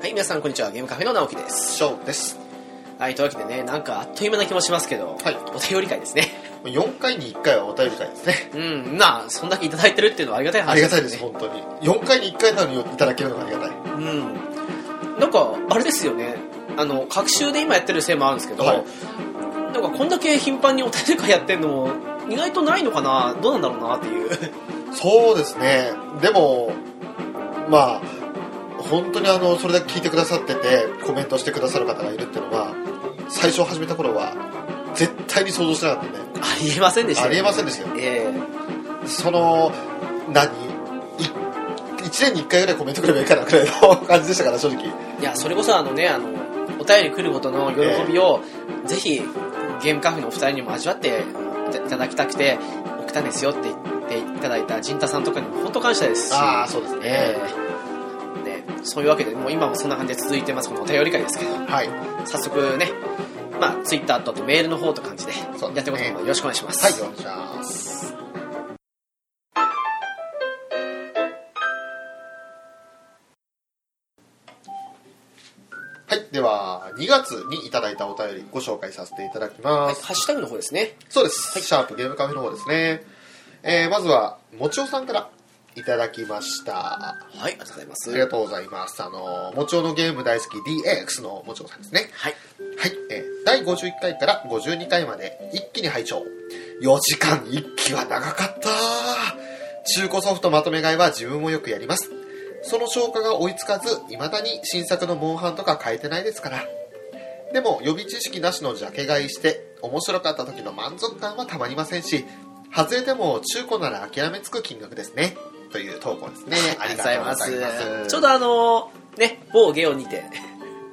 はい、皆さんこんにちは。ゲームカフェの直樹です。ショーですはい、というわけでね、なんかあっという間な気もしますけど、はいお便り会ですね。 4回に1回はお便り会ですねうん、まあ、そんだけいただいてるっていうのはありがたい話ありがたいです本当に4回に1回なのにいただけるのがありがたいうん。なんか、あれですよね。あの、各週で今やってるせいもあるんですけど、はいなんかこんだけ頻繁にお便り会やってんのも、意外とないのかな、どうなんだろうなっていう。そうですねでもまあ本当にあのそれだけ聞いてくださっててコメントしてくださる方がいるっていうのは最初始めた頃は絶対に想像してなかったねありえませんでしたありえませんででしたよえその何1年に1回ぐらいコメントくればいいかなくらいの 感じでしたから正直えいや、それこそあのね、あの、お便り来ることの喜びを、ぜひ、ゲームカフェのお二人にも味わっていただきたくて、送ったんですよって言っていただいた陣太さんとかにも本当感謝ですし。ああそうですね、ええね、そういうわけで、もう今もそんな感じで続いてます、このお便り会ですけど、はい早速ね、まあ、ツイッターとあとメールの方と感じで、そうやでっすねていくこともよろしくお願いします。はい、お願いします。はい、では、2月にいただいたお便りご紹介させていただきはまいす。ハッシュタグの方ですね。そうです、シャープゲームカフェの方ですね。えーまずは、もちおさんからいただきました。はい、ありがとうございまあす。りがとうございます。あの、もちおのゲーム大好き DX のもちおさんですね。はい。はい、えー第51回から52回まで一気に拝聴4時間1期は長かった中古ソフトまとめ買いは自分もよくやりますその消化が追いつかず未だに新作のモンハンとか変えてないですからでも予備知識なしのジャケ買いして面白かった時の満足感はたまりませんし外れても中古なら諦めつく金額ですねという投稿ですね ありがとうございますちょうどあのーね、某ゲオにて、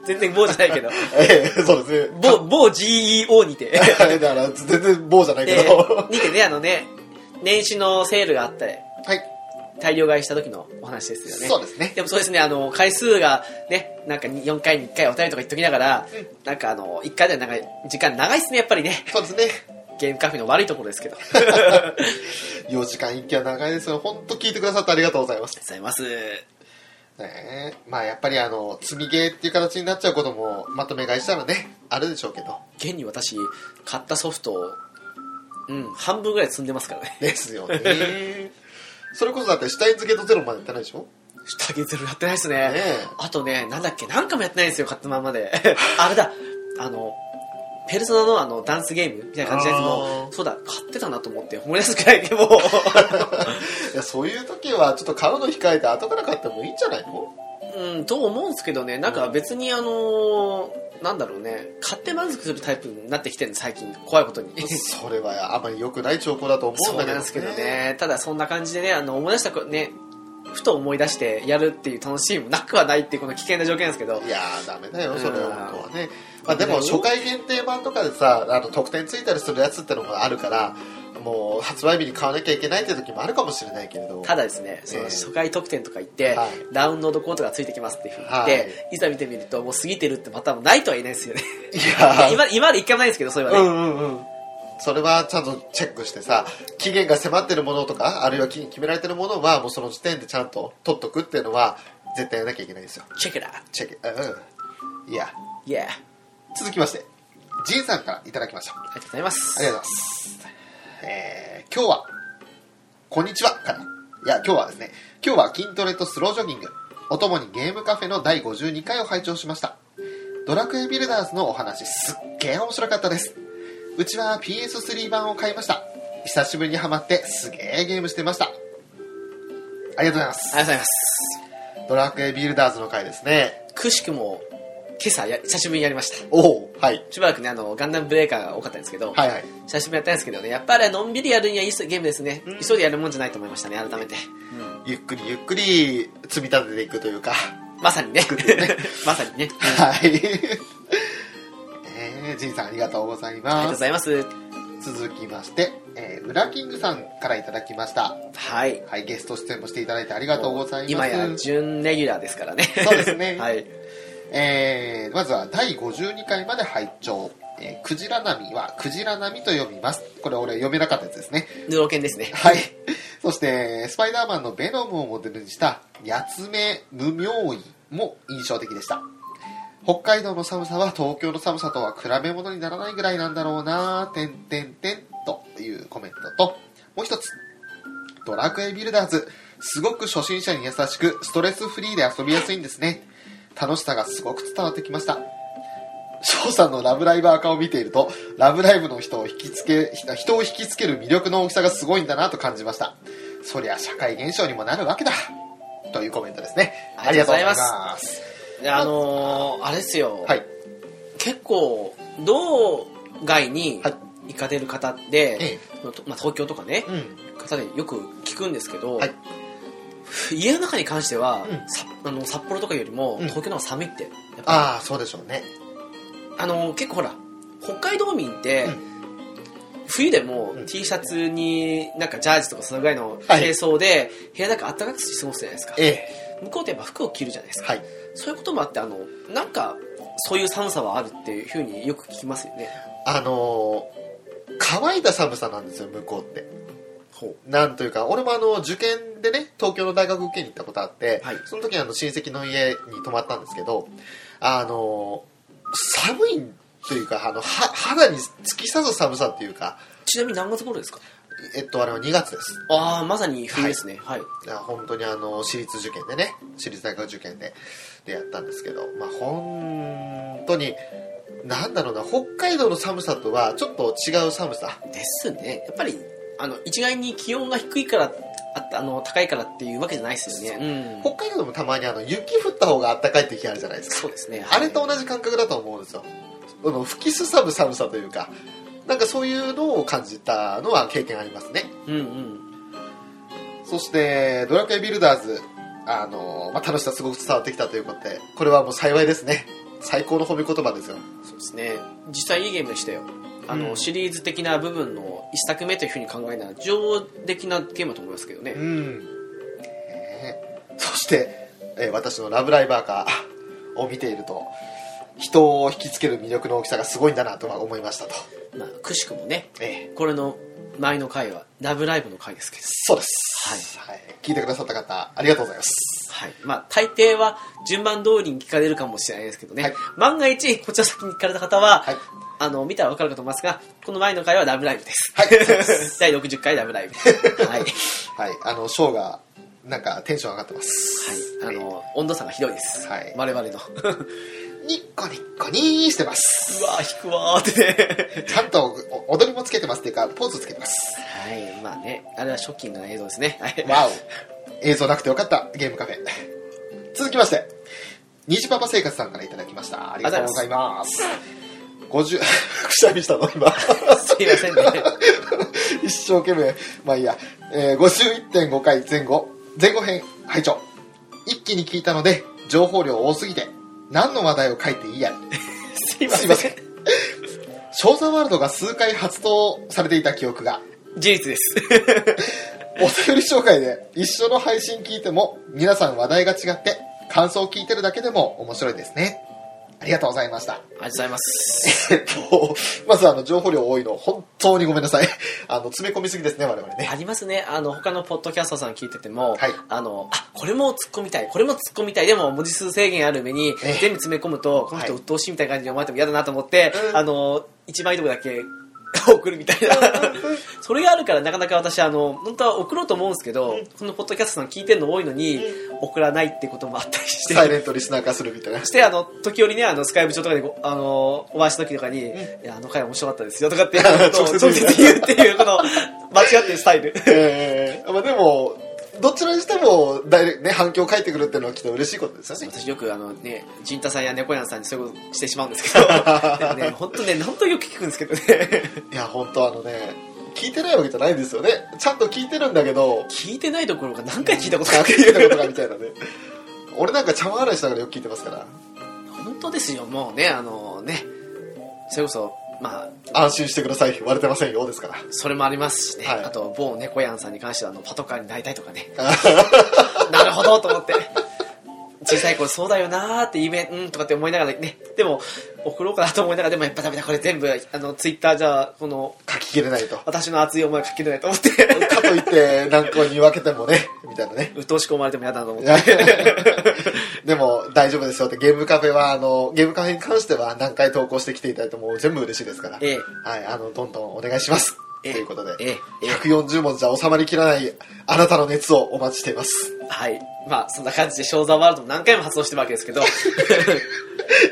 全然某じゃないけ ど、ええそうですね某、某 GEO に て、はいだから全然棒じゃないけえど、ーにてね、あのね、年始のセールがあったり、はい大量買いした時のお話ですよね。そうですねでもそうですね、あの、回数がね、なんかに4回に1回お便りとか言っときながら、なんかあの、1回でなんか時間長いっすね、やっぱりね。そうですねゲームカフェの悪いところですけど。ありがとう4時間一気は長いですよ本当聞いてくださってありがとうございますございます。ねえまあやっぱりあの積みゲーっていう形になっちゃうこともまとめ買いしたらねあるでしょうけど現に私、買ったソフトを、うん、半分ぐらい積んでますからね。ですよねそれこそだって下絵付けとゼロまでいったないでしょ下着ゼロやってないですね。ねえあとね、なんだっけ、なんかもやってないんですよ、買ったまんま で。あれだ、あの、ペルソナのあのダンスゲームみたいな感じのやつあも、ーそうだ、買ってたなと思って思い出すくらいでもう。 いやそういう時はちょっと買うの控えて後から買ってもいいんじゃない のうん、と思うんですけどね、なんか別にあのーなんだろうね、買って満足するタイプになってきてるの、最近、怖いこと に。それはあまり良くない兆候だと思うそんうなだけんどですけどね、ただそんな感じでね、あの、思い出したこね、ふと思い出してやるっていう楽しみもなくはないっていうこの危険な条件ですけどい、やーダメだよそれうんは本当はね、まあ、でも初回限定版とかでさあの特典ついたりするやつってのもあるからもう発売日に買わなきゃいけないって時もあるかもしれないけれどただですね、そのええ初回特典とか言って、はいダウンロードコードがついてきますっていうふうに言って、、はいざ見てみると、もう過ぎてるってパターンもないとは言えないですよね。いや ー今今まで一回もないんですけど、それはね。うんうんうんそれはちゃんとチェックしてさ期限が迫ってるものとかあるいは期限決められてるものはもうその時点でちゃんと取っとくっていうのは絶対やらなきゃいけないんですよチェックだチェックうんいや !Yeah! 続きましてじいさんからいただきましたありがとうございます。ありがとうございます。えー今日は、こんにちはから。いや、今日はですね、今日は筋トレとスロージョギング、おともにゲームカフェの第52回を拝聴しました。ドラクエビルダーズのお話、すっげー面白かったです。うちは PS3 版を買いました。久しぶりにハマって、すげーゲームしてました。ありがとうございます。ありがとうございます。ドラクエビルダーズの回ですね。くしくも、今朝や、久しぶりにやりました。おおはい。しばらくね、あの、ガンダムブレーカーが多かったんですけど、はいはい。久しぶりにやったんですけどね、やっぱりのんびりやるにはいいゲームですね。急いでやるもんじゃないと思いましたね、改めて。ゆっくりゆっくり積み立てていくというか。まさに ね。 まさにね。はい。えー、ジンさんありがとうございありがとうまごす。ざいます。続きまして、えー、ウラキングさんからいただきました。はい。はい、ゲスト出演もしていただいてありがとうございます。今や準レギュラーですからね。そうですね はい。えーまずは第52回まで拝聴。えー、クジラ波はクジラ波と読みます。これ俺読めなかったやつですね。ヌロケンです ね。はい。そして、スパイダーマンのベノムをモデルにした、八つ目無名医も印象的でした北海道の寒さは東京の寒さとは比べ物にならないぐらいなんだろうなてんてんてんというコメントともう一つドラクエビルダーズすごく初心者に優しくストレスフリーで遊びやすいんですね楽しさがすごく伝わってきました翔さんの「ラブライブ!」赤を見ていると「ラブライブ!」の人を引きつけ人を引きつける魅力の大きさがすごいんだなと感じましたそりゃ社会現象にもなるわけだというコメントですねあありりががととううごござざいいまますであのーあれですよ、はい結構道外にはい行かれる方で、ええまあ、東京とかね、うん方でよく聞くんですけど、はい家の中に関しては、うんさあの札幌とかよりもうん東京の方が寒いって、やっぱああそうでしょうねりあの結構ほら北海道民って、う冬でもうん T シャツになんかジャージとかそのぐらいのはい軽装で、部屋の中暖かくして過ごすじゃないですか、ええ向こうってやっぱ服を着るじゃないですか、はいそういうこともあってあのなんかそういう寒さはあるっていうふうによく聞きますよねあのー乾いた寒さなんですよ向こうってほなんというか俺もあの受験でね東京の大学受けに行ったことあって、はいその時あの親戚の家に泊まったんですけどあの寒いというかあのは肌に突き刺す寒さっていうかちなみに何月頃ですかえっとあれは2月ですああまさに冬ですねはい、いや本当にあの私立受験でね私立大学受験ででやったんですけどまあ本当になんだろうな北海道の寒さとはちょっと違う寒さですねやっぱりあの一概に気温が低いからああの高いからっていうわけじゃないですよね、うん北海道でもたまにあの雪降った方が暖かい時あるじゃないですかそうですねあれと同じ感覚だと思うんですよあの吹きすさぶ寒さというかなんかそういうのを感じたのは経験ありますねうんうんそしてドラクエビルダーズあの、まあ、楽しさすごく伝わってきたということでこれはもう幸いですね最高の褒め言葉ですよそうですね実際いいゲームでしたよあの、うんシリーズ的な部分の一作目というふうに考えなら上出来なゲームだと思いますけどね、うん、ねえそして、えー私の「ラブライバーカー」 を見ていると人を引きつける魅力の大きさがすごいんだなとは思いましたと、まあ、くしくもねええこれの前の回は「ラブライブ!」の回ですけどそうです、はい聞いてくださった方ありがとうございますはい。まあ、大抵は順番通りに聞かれるかもしれないですけどね。はい万が一、こちら先に聞かれた方は、はいあの、見たらわかるかと思いますが、この前の回はラブライブです。はい 第60回ラブライブです。はい。はい。はい、あの、ショーが、なんかテンション上がってます。あの、温度差がひどいです。はい我々の。うわニッコニッコニーしてます。ー、引くわーってね。ちゃんとお踊りもつけてますっていうか、ポーズつけてます。はい。まあね、あれはショッキングな映像ですね。はい。わお。映像なくてよかった、ゲームカフェ。続きまして、虹パパ生活さんからいただきました。ありがとうございます。50、く しゃみしたの今。すいませんね。 一生懸命まあいいや、えー51.5回前後前後編拝聴一気に聞いたので情報量多すぎて何の話題を書いていいやすいますせいん。ません「ショーザワールド」が数回発動されていた記憶が事実です。お便り紹介で一緒の配信聞いても皆さん話題が違って感想を聞いてるだけでも面白いですねありがとうございましたありがとうございます。えっとまずあの情報量多いの本当にごめんなさいあの詰め込みすぎですね我々ねありますね。あの、他のポッドキャストさん聞いてても、はいあの、あ、これも突っ込みたい、これも突っ込みたい、でも文字数制限ある上に、ええ全部詰め込むと、この人はい鬱陶しいみたいな感じに思われても嫌だなと思って、うんあの、一枚とこだけ送るみたいな。 それがあるからなかなか私、あの、本当は送ろうと思うんですけど、このポッドキャストさん聞いてるの多いのに、送らないってこともあったりして。サイレントリスナー化するみたいなそしてあの時折ねあのスカイブ上とかでごあのお会いした時とかに「いやあの回面白かったですよ」とかっていうことを 直直接接言言ううっていうこの間違ってるスタイルえーまあでもどちらにしてもダイレね、反響返ってくるっていうのはきっと嬉しいことですよね私よくあのね、陣太さんや猫やんさんにそういうことしてしまうんですけ ど、でもね、本当ね、本当よく聞くんですけどね、いや本当あのね聞いてないわけじゃないんですよねちゃんと聞いてるんだけど聞いてないどころか何回聞いたことあか聞いたことがみたいなね俺なんか茶碗洗いしながらよく聞いてますから本当ですよ、もうね、あのね、それこそ、まあ、安心してください割れてませんよですからそれもありますしね、はいあと、某猫やんさんに関しては、あの、パトカーになりたいと かね、なるほどと思って。小さい頃そうだよなーって夢、うんとかって思いながらね、でも、送ろうかなと思いながら、でもやっぱダメだ、これ全部、あの、ツイッターじゃ、この、書ききれないと 私の熱い思いは書きれないと思って。かといって何個に分けてもねみたいなね。鬱陶しく思われても嫌だと思っいて。やいや でも大丈夫ですよってゲームカフェはあのゲームカフェに関しては何回投稿してきていただいても全部嬉しいですから、ええはい、あのどんどんお願いしますとええいうことで、ええええ140文字じゃ収まりきらないあなたの熱をお待ちしています はい。まあ、そんな感じで、ショーザワールドも何回も発音してるわけですけど、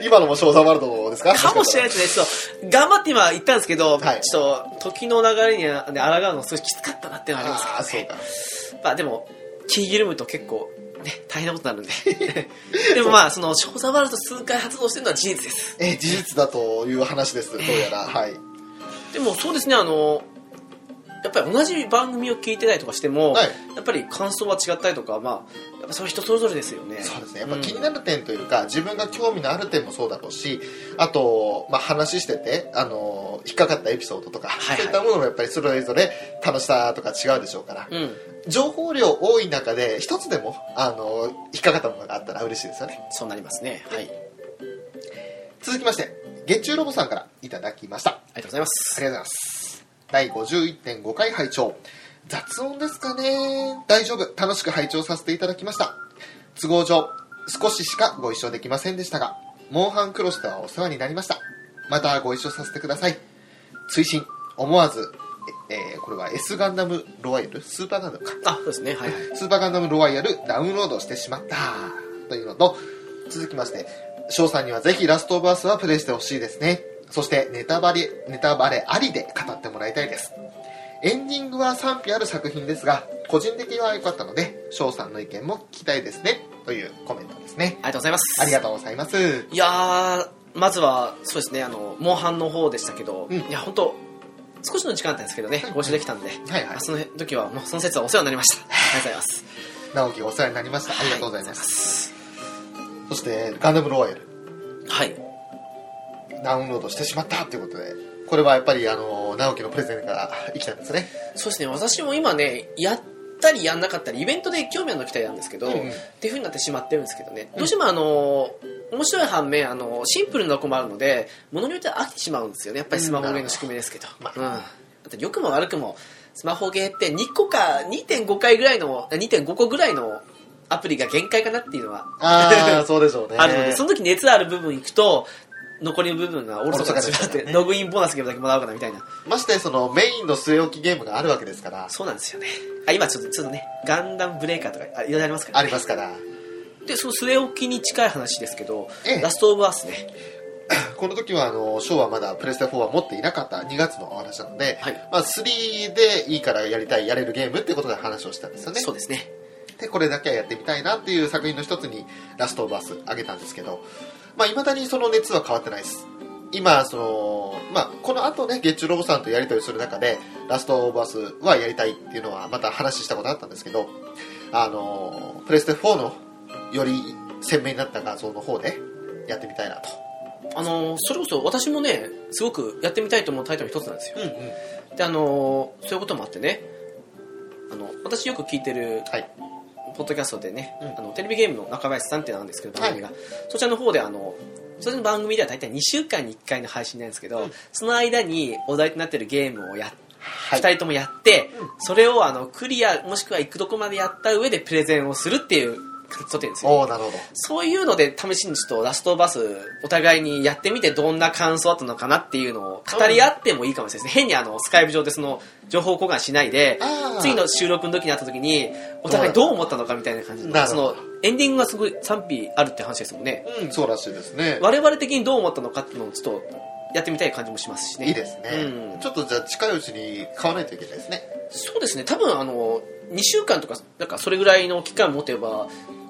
今のも翔さんワールドですかかもしれないいですね。ちょっと、頑張って今言ったんですけど、はいちょっと、時の流れにね抗うのすごいきつかったなっていうのはありああまーすけそど、うね。かまあ、でも、気緩むと結構、ね、大変なことになるん で。でもまあ、その、ショーザワールド数回発動してるのは事実です。ええ事実だという話ですどうやらはいでも、そうですね、あの、やっぱり同じ番組を聞いてたりとかしても、はいやっぱり感想は違ったりとか、まあ、やっぱそれは人それぞれですよね。そうですねやっぱん気になる点というか、自分が興味のある点もそうだろうしあと、まあ、話しててあの引っかかったエピソードとか、はいはいそういったものもやっぱりそれぞれ楽しさとか違うでしょうから、うん。情報量多い中で一つでもあの引っかかったものがあったら嬉しいですよねそうなりますね。はい。あり続きまして月中ロボさんからいただきましたあがとうございます。りがとうございます第51.5回拝聴雑音ですかね大丈夫楽しく拝聴させていただきました都合上少ししかご一緒できませんでしたがモンハンクロスターはお世話になりましたまたご一緒させてください追伸思わずええーこれは S ガンダムロワイヤルスーパーガンダムかあ、そうですね。はいはい。スーパーガンダムロワイヤルダウンロードしてしまったというのと続きまして翔さんにはぜひラストオブアスはプレイしてほしいですねそしてネタバレネタバレありで語ってもらいたいですエンディングは賛否ある作品ですが個人的には良かったので翔さんの意見も聞きたいですねというコメントですねありがとうございます。ありがとうございますいやー、まずは、そうですね、あの、モンハンの方でしたけど、うんいや、本当少しの時間だったんですけどねうん、ご一緒できたんで、はいはいあその時は、もうその説はお世話になりました。ありがとうございます。直樹お世話になりましたありがとうございます、す。そしてガンダムロワイヤルはい。ダウンロードしてしまったということでこれはやっぱりあの直樹のプレゼンから生きたんですねそうですね、私も今ね、やったりやんなかったり、イベントで興味あるの期待なんですけど、うんうんっていう風になってしまってるんですけどね、どうしてもあの面白い反面あのシンプルなとこもあるので物によっては飽きてしまうんですよねやっぱりスマホゲーの仕組みですけど、うんなるうほんどだって良くも悪くもスマホゲーって2個か2.5回ぐらいのあ2.5個ぐらいのアプリが限界かなっていうのはああ、 そうでしょうね。あるので、その時熱ある部分いくと残りの部分がおろそかにしまっおろそかになっちゃうて、ねログインボーナスゲームだけもらおうかなみたいなまして、そのメインの据え置きゲームがあるわけですから、そうなんですよねあ今ちょっとちょっとねガンダムブレーカーとかあいろいろありますから、ね、ありますから、 でその据え置きに近い話ですけど、ええラストオブアースねこの時は、あの、ショーはまだプレステ4は持っていなかった2月のお話なので、はいまあ、3でいいからやりたい、やれるゲームってことで話をしたんですよね。そうですねで、これだけはやってみたいなっていう作品の一つに、ラストオブアスあげたんですけど、まあ、未だにその熱は変わってないです。今、その、まあ、この後ね、月中ロボさんとやり取りする中で、ラストオブアスはやりたいっていうのは、また話したことあったんですけど、あの、プレステ4のより鮮明になった画像の方で、やってみたいなと。あのーそれこそ私もねすごくやってみたいと思うタイトルの一つなんですようんうん。であのーそういうこともあってねあの私よく聞いてるはい。ポッドキャストでね、うんあのテレビゲームの中林さんっていうのなんですけどはい番組が、そちらの方であのそちらの番組では大体2週間に1回の配信なんですけど、その間にお題となってるゲームをやっは2い。人ともやって、うんそれをあのクリアもしくは行くどこまでやった上でプレゼンをするっていう形取ってるんですよおおなるほど。そういうので試しにちょっとラストバスお互いにやってみてどんな感想だったのかなっていうのを語り合ってもいいかもしれないですね。変にあのスカイプ上でその情報交換しないであー、次の収録の時に会った時にお互いどう思ったのかみたいな感じなの、るほそどのエンディングがすごい賛否あるって話ですもんね。うん、そうらしいですね。我々的にどう思ったのかっていうのをちょっとやってみたい感じもしますしね。いいですね、うんちょっとじゃあ近いうちに買わないといけないですね。そうですね、多分あの2週間とか、なんかそれぐらいの期間持てば、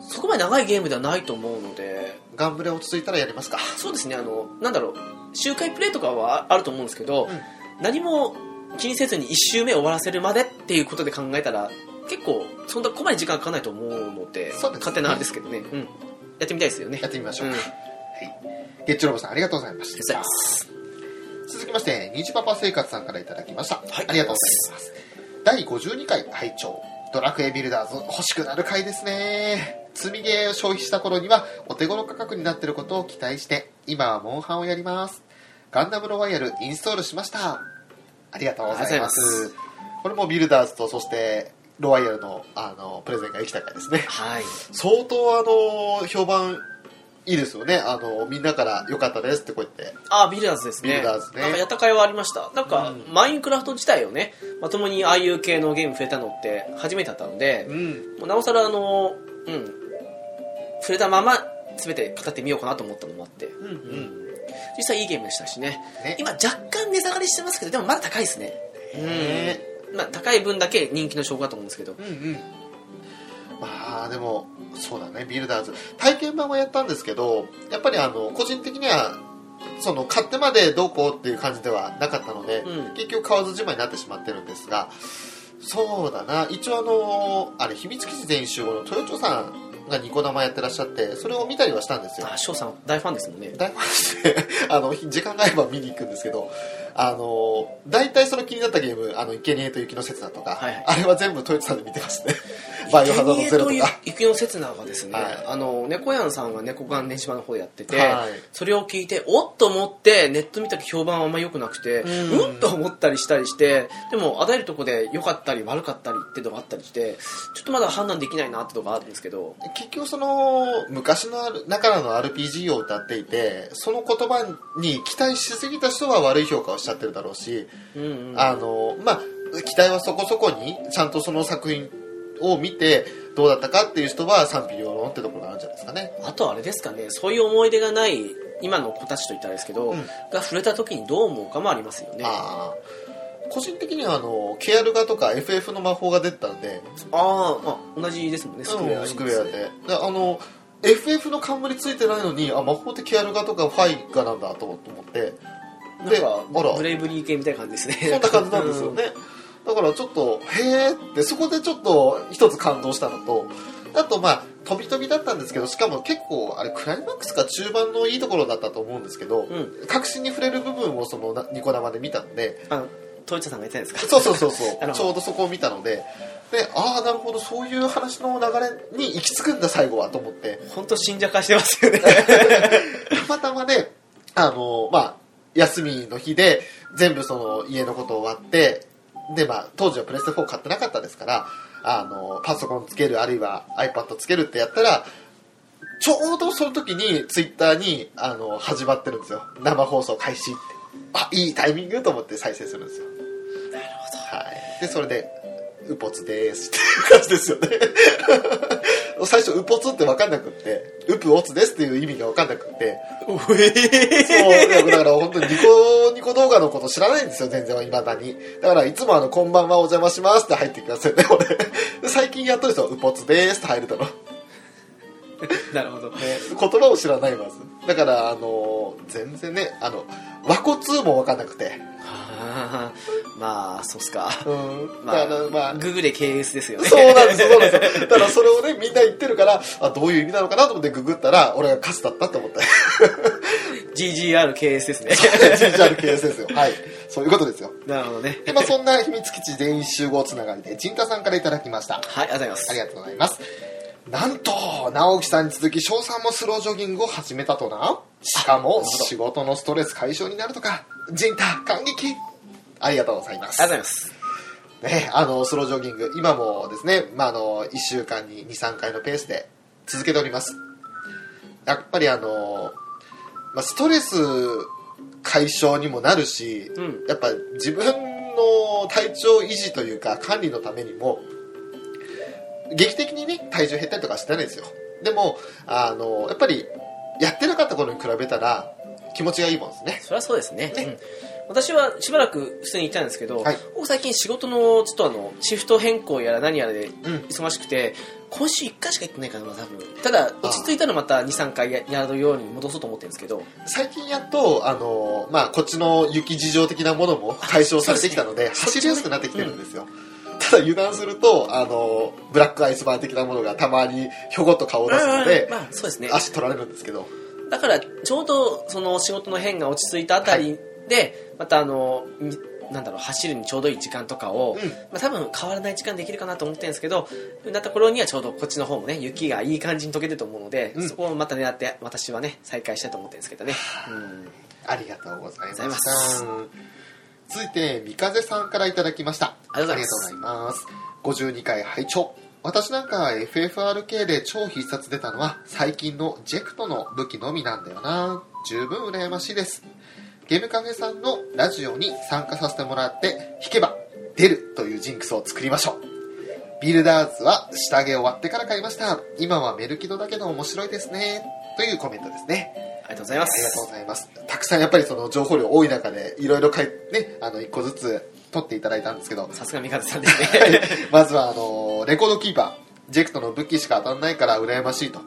そこまで長いゲームではないと思うので、ガンブレ落ち着いたらやりますか。そうですね、あのなんだろう、周回プレイとかはああると思うんですけど、うん何も気にせずに1周目終わらせるまでっていうことで考えたら、結構、そんなここまで時間かかんないと思うので、そうですね勝手なあれですけどね、うん、やってみたいですよね。やってみましょううんか。ありはい。ゲッチュロボさん、ありがとうございましがとうございたま。す続きまして、ニジパパ生活さんからいただきました。はいありがとうございます。第52回拝聴ドラクエビルダーズ欲しくなる回ですね。積みゲーを消費した頃にはお手頃価格になっていることを期待して、今はモンハンをやります。ガンダムロワイヤルインストールしました。ありがとうございます。ありがとうございこれもビルダーズとそしてロワイヤルのあのプレゼンができたからですねはい。相当あの評判いいですよねあのみんなから良かったですってこうやってあビルダーズですねビルダーズねなんかやった会はありましたなんか、うんマインクラフト自体をねまともにああいう系のゲーム触れたのって初めてだったので、んもうなおさらあのうん触れたまま全て語ってみようかなと思ったのもあってうんうん実際いいゲームでしたしねね今若干値下がりしてますけどでもまだ高いですねねうんまあ、高い分だけ人気の証拠だと思うんですけどうんうんまあでもそうだねビルダーズ体験版はやったんですけどやっぱりあの個人的にはその買ってまでどうこうっていう感じではなかったので、うん結局買わずじまいになってしまってるんですがそうだな一応あのあれ秘密基地全員集合の豊町さんがニコ生やってらっしゃってそれを見たりはしたんですよあ翔さん大ファンですもんね大ファンで あの時間があれば見に行くんですけどあの大体その気になったゲーム「あの生贄と雪の刹那」とか、はいはいあれは全部トイツさんで見てますね 「バイオハザードゼロ」と生贄かい育の刹那はですね、はいあの猫やんさんが猫眼電子版の方やってて、はいそれを聞いておっと思ってネット見た時評判はあんま良くなくてうんうんと思ったりしたりしてでもあらゆるとこで良かったり悪かったりってのがあったりしてちょっとまだ判断できないなってとこがあるんですけど結局その昔のある中の RPG を歌っていてその言葉に期待しすぎた人は悪い評価をしちゃってるだろうし、うんうんあのまあ期待はそこそこにちゃんとその作品を見てどうだったかっていう人は賛否両論ってところがあるんじゃないですかねあとはあれですかねそういう思い出がない今の子たちと言ったらですけど、うんが触れた時にどう思うかもありますよねあー個人的にはあのケアルガとか FF の魔法が出てたんであー、まあ同じですもんねススククエエア,、アスクエアでであの FF の冠ついてないのにあ魔法ってケアルガとかファイガなんだと思ってなんであからブレイブリー系みたいな感じですねそんな感じなんで すよねだからちょっとへーってそこでちょっと一つ感動したのとあとまあ飛び飛びだったんですけどしかも結構あれクライマックスか中盤のいいところだったと思うんですけど、ん確信に触れる部分をそのなニコ生で見たのであのトイチャさんが言ってたんですかそうそうそうそなるほどう。ちょうどそこを見たので、で、ああ、なるほど、そういう話の流れに行き着くんだ、最後は、と思って。本当信者化してますよねたまたまね、あの、まあ、休みの日で、全部その、家のことを終わって、で、まあ、当時はプレステ4買ってなかったですから、あの、パソコンつける、あるいは iPad つけるってやったら、ちょうどその時に、ツイッターに、あの、始まってるんですよ。生放送開始って。あ、いいタイミングと思って再生するんですよ。はい、でそれで「うぽつです」っていう感じですよね 最初「うぽつ」って分かんなくって「うぷおつです」っていう意味が分かんなくっておえ そうだからだから本当にニコニコ動画のこと知らないんですよ全然はいまだにだからいつもあの「こんばんはお邪魔します」って入ってきますよね俺で最近やっとる人は「うぽつです」って入るだろーなるほど言葉を知らないまずだからあの全然ねあの和骨も分かんなくてあーまあそうっすかうんまだあ、からまあグーグレ KS ですよね そうなんですよ、そうなんですよ。だからそれをね、みんな言ってるから、あ、どういう意味なのかなと思ってググったら、俺がカスだったって思った。 GGRKS ですね GGR 形成ですよ。はい。そういうことですよ。なるほどねで、まあそんな秘密基地全員集合つながりで、陣田さんからいただきました。はいありがとうござあいりまがとうございます。なんと、直樹さんに続き、翔さんもスロージョギングを始めたとな。しかも、仕事のストレス解消になるとか、陣田、感激ありがとうございますすありがとうございますね、あのスロージョギング今もですね、まあ、あの1週間に23回のペースで続けておりますやっぱりあの、まあ、ストレス解消にもなるし、うんやっぱ自分の体調維持というか管理のためにも劇的にね体重減ったりとかしてないんですよでもあのやっぱりやってなかった頃に比べたら気持ちがいいもんですねそれはそうですねうん私はしばらく普通にいたんですけど、はい僕最近仕事のちょっとあのシフト変更やら何やらでうん忙しくて、今週1回しか行ってないかな多分ただ落ち着いたらまた23回ややるように戻そうと思ってるんですけど最近やっと、あのまあ、こっちの雪事情的なも のも解消されてきたのでそうですね走りやすくなってきてるんですよ、ただ油断すると、あのブラックアイスバーン的なものがたまにひょこっと顔を出すので、まあそうですね足取られるんですけどだからちょうどその仕事の変が落ち着いたあたりで、またあのみなんだろう走るにちょうどいい時間とかを、うんまあ、多分変わらない時間できるかなと思ってるんですけどなった頃にはちょうどこっちの方もね雪がいい感じに溶けてると思うので、うんそこをまた狙って私はね再開したいと思ってるんですけどね、うんありがとうございましたありがとうござい続いて三風さんからいただきましたありがとうございますありがとうございます52回拝聴私なんか FFRK で超必殺出たのは最近のジェクトの武器のみなんだよな十分羨ましいですゲームカフェさんのラジオに参加させてもらって弾けば出るというジンクスを作りましょうビルダーズは下着終わってから買いました今はメルキドだけど面白いですねというコメントですねりがとうございまありがとすうございます。たくさんやっぱりその情報量多い中で、いろいろ書いね、あの、一個ずつ取っていただいたんですけど、 さすが三方さんですねまずはあの、レコードキーパー、ジェクトの武器しか当たらないから羨ましいと。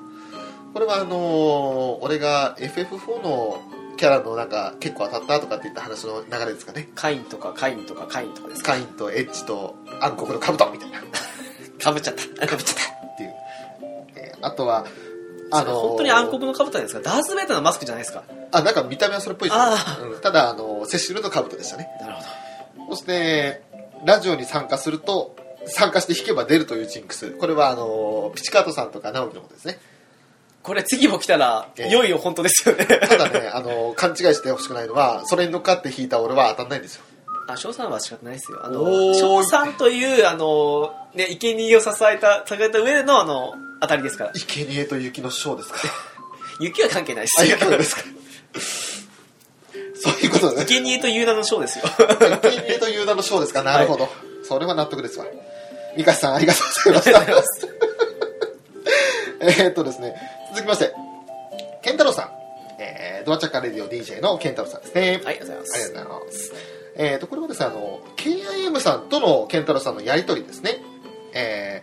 これはあの、俺が FF4 のキャラのなんか結構当たったとかって言った話の流れですかね。カインとかカインとかカインとかですスカインとエッジと暗黒の兜みたいな。っかぶっちゃったかぶっちゃったていう。えーあとは、あの本当に暗黒のかぶったんですかダースベイターのマスクじゃないですかあ、なんか見た目はそれっぽいですあうんただ、あの、セシルの兜でしたね。なるほどそして、ラジオに参加すると、参加して弾けば出るというジンクス。これは、あの、ピチカートさんとか直樹のことですね。これ次も来たらええいよいよ本当ですよねただね、あの、勘違いしてほしくないのは、それに乗っかって弾いた俺は当たんないんですよ。あ翔さんは仕方ないですよあおのー翔さんというあのね生贄を支えた支えた上でのあの当たりですから生贄と雪のショーですか雪は関係ないであ、す雪のですかそういうことね。生贄という名の翔ですよ生贄という名のショーですかなるほど。それは納得ですわ。ミカさん、ありがとうござい ました。えーっとですね、続きまして、ケンタロウさん。えー、ドアチャカレディオ DJ のケンタロウさんですね。はいありがとうございますありがとうございます。えー、と、これはですね、あの、KIM さんとのケンタロウさんのやりとりですね。え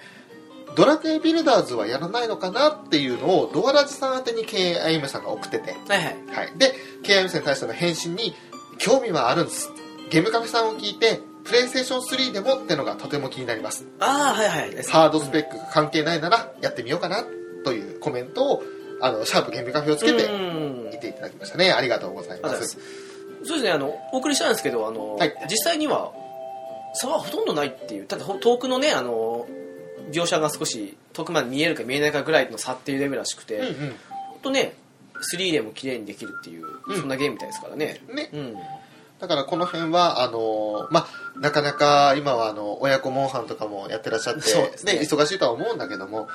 ー、ドラクエビルダーズはやらないのかなっていうのをドアラジさん宛てに KIM さんが送ってて、はいはいはい、で KIM さんに対しての返信に「興味はあるんです」ゲームカフェさんを聞いてプレイステーション3でもってのがとても気になりますああはいはいですハードスペックが関係ないならやってみようかなというコメントをあのシャープゲームカフェをつけうてん見ていただきましたねありがとうございありがまとうございますすそうですねあのお送りしたんですけどあの、はい実際には差はほとんどないっていうただほ遠くのねあの描写が少し遠くまで見えるか見えないかぐらいの差っていうレベルらしくて、うんほんとね3でも綺麗にできるっていう、うんそんなゲームみたいですからねうんねうんだからこの辺はあのまあなかなか今はあの親子モンハンとかもやってらっしゃってそうですねね忙しいとは思うんだけども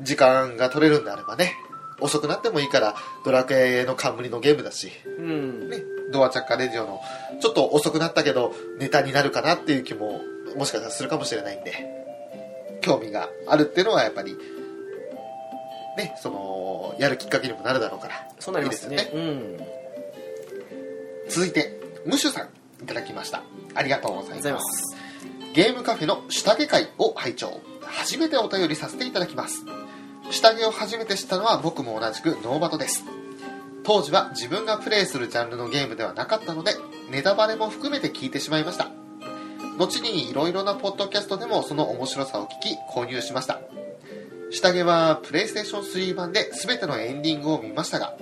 時間が取れるんであればね遅くなってもいいからドラクエの冠のゲームだしうん、ね、ドアチャッカレディオのちょっと遅くなったけどネタになるかなっていう気ももしかしたらするかもしれないんで興味があるっていうのはやっぱりねそのやるきっかけにもなるだろうからそうなりますねいいですようん続いてムシュさんいただきましたありがとうござありがとういございまますすゲームカフェの下着会を拝聴初めてお便りさせていただきます下着を初めて知ったのは僕も同じくノーバトです当時は自分がプレイするジャンルのゲームではなかったのでネタバレも含めて聞いてしまいました後にいろいろなポッドキャストでもその面白さを聞き購入しました下着はプレイステーション3版で全てのエンディングを見ましたが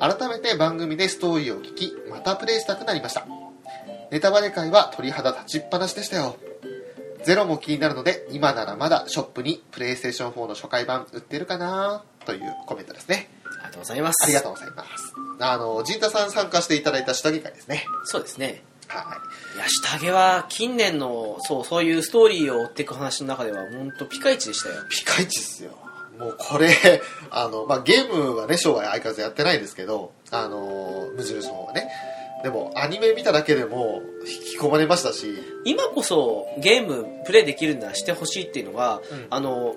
改めて番組でストーリーを聞きまたプレイしたくなりましたネタバレ会は鳥肌立ちっぱなしでしたよゼロも気になるので今ならまだショップにプレイステーション4の初回版売ってるかなというコメントですねありがとうございますありがとうございますあの陣田さん参加していただいた下着会ですねそうですねはいや下着は近年のそうそういうストーリーを追っていく話の中では本当ピカイチでしたよいピカイチっすよもうこれあの、まあ、ゲームはね生涯相変わらずやってないんですけどあの無印の方はねでもアニメ見ただけでも引き込まれましたし今こそゲームプレイできるならしてほしいっていうのが、うんあの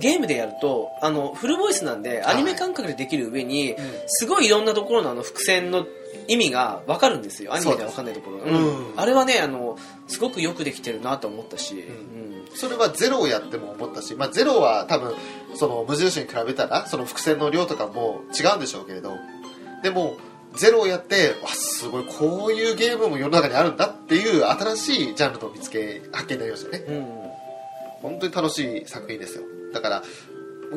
ゲームでやるとあのフルボイスなんではアいニメ感覚でできる上に、んすごいいろんなところのあの伏線の意味が分かるんですよアニメでは分かんないところ、ですうんうんあれはねあのすごくよくできてるなと思ったし、んうんそれはゼロをやっても思ったし、まあ、ゼロは多分その無印に比べたらその伏線の量とかも違うんでしょうけれどでもゼロをやってわすごいこういうゲームも世の中にあるんだっていう新しいジャンルの見つけ発見になりましたねうん本当に楽しい作品ですよだから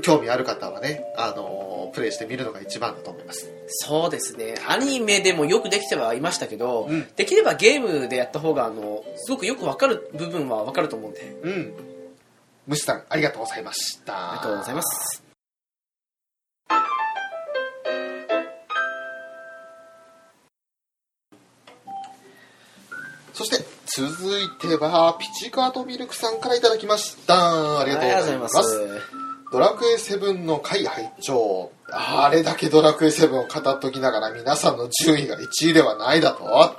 興味ある方はね、あのプレイしてみるのが一番だと思いますそうですねアニメでもよくできてはいましたけど、うんできればゲームでやった方があのすごくよく分かる部分は分かると思うんでうん虫さんありがとうございましたありがとうございますそして続いてはピチカートミルクさんからいただきましたありがとうございます,、ありがとうございますドラクエ7の回拝聴あれだけドラクエ7を語っときながら皆さんの順位が1位ではないだと本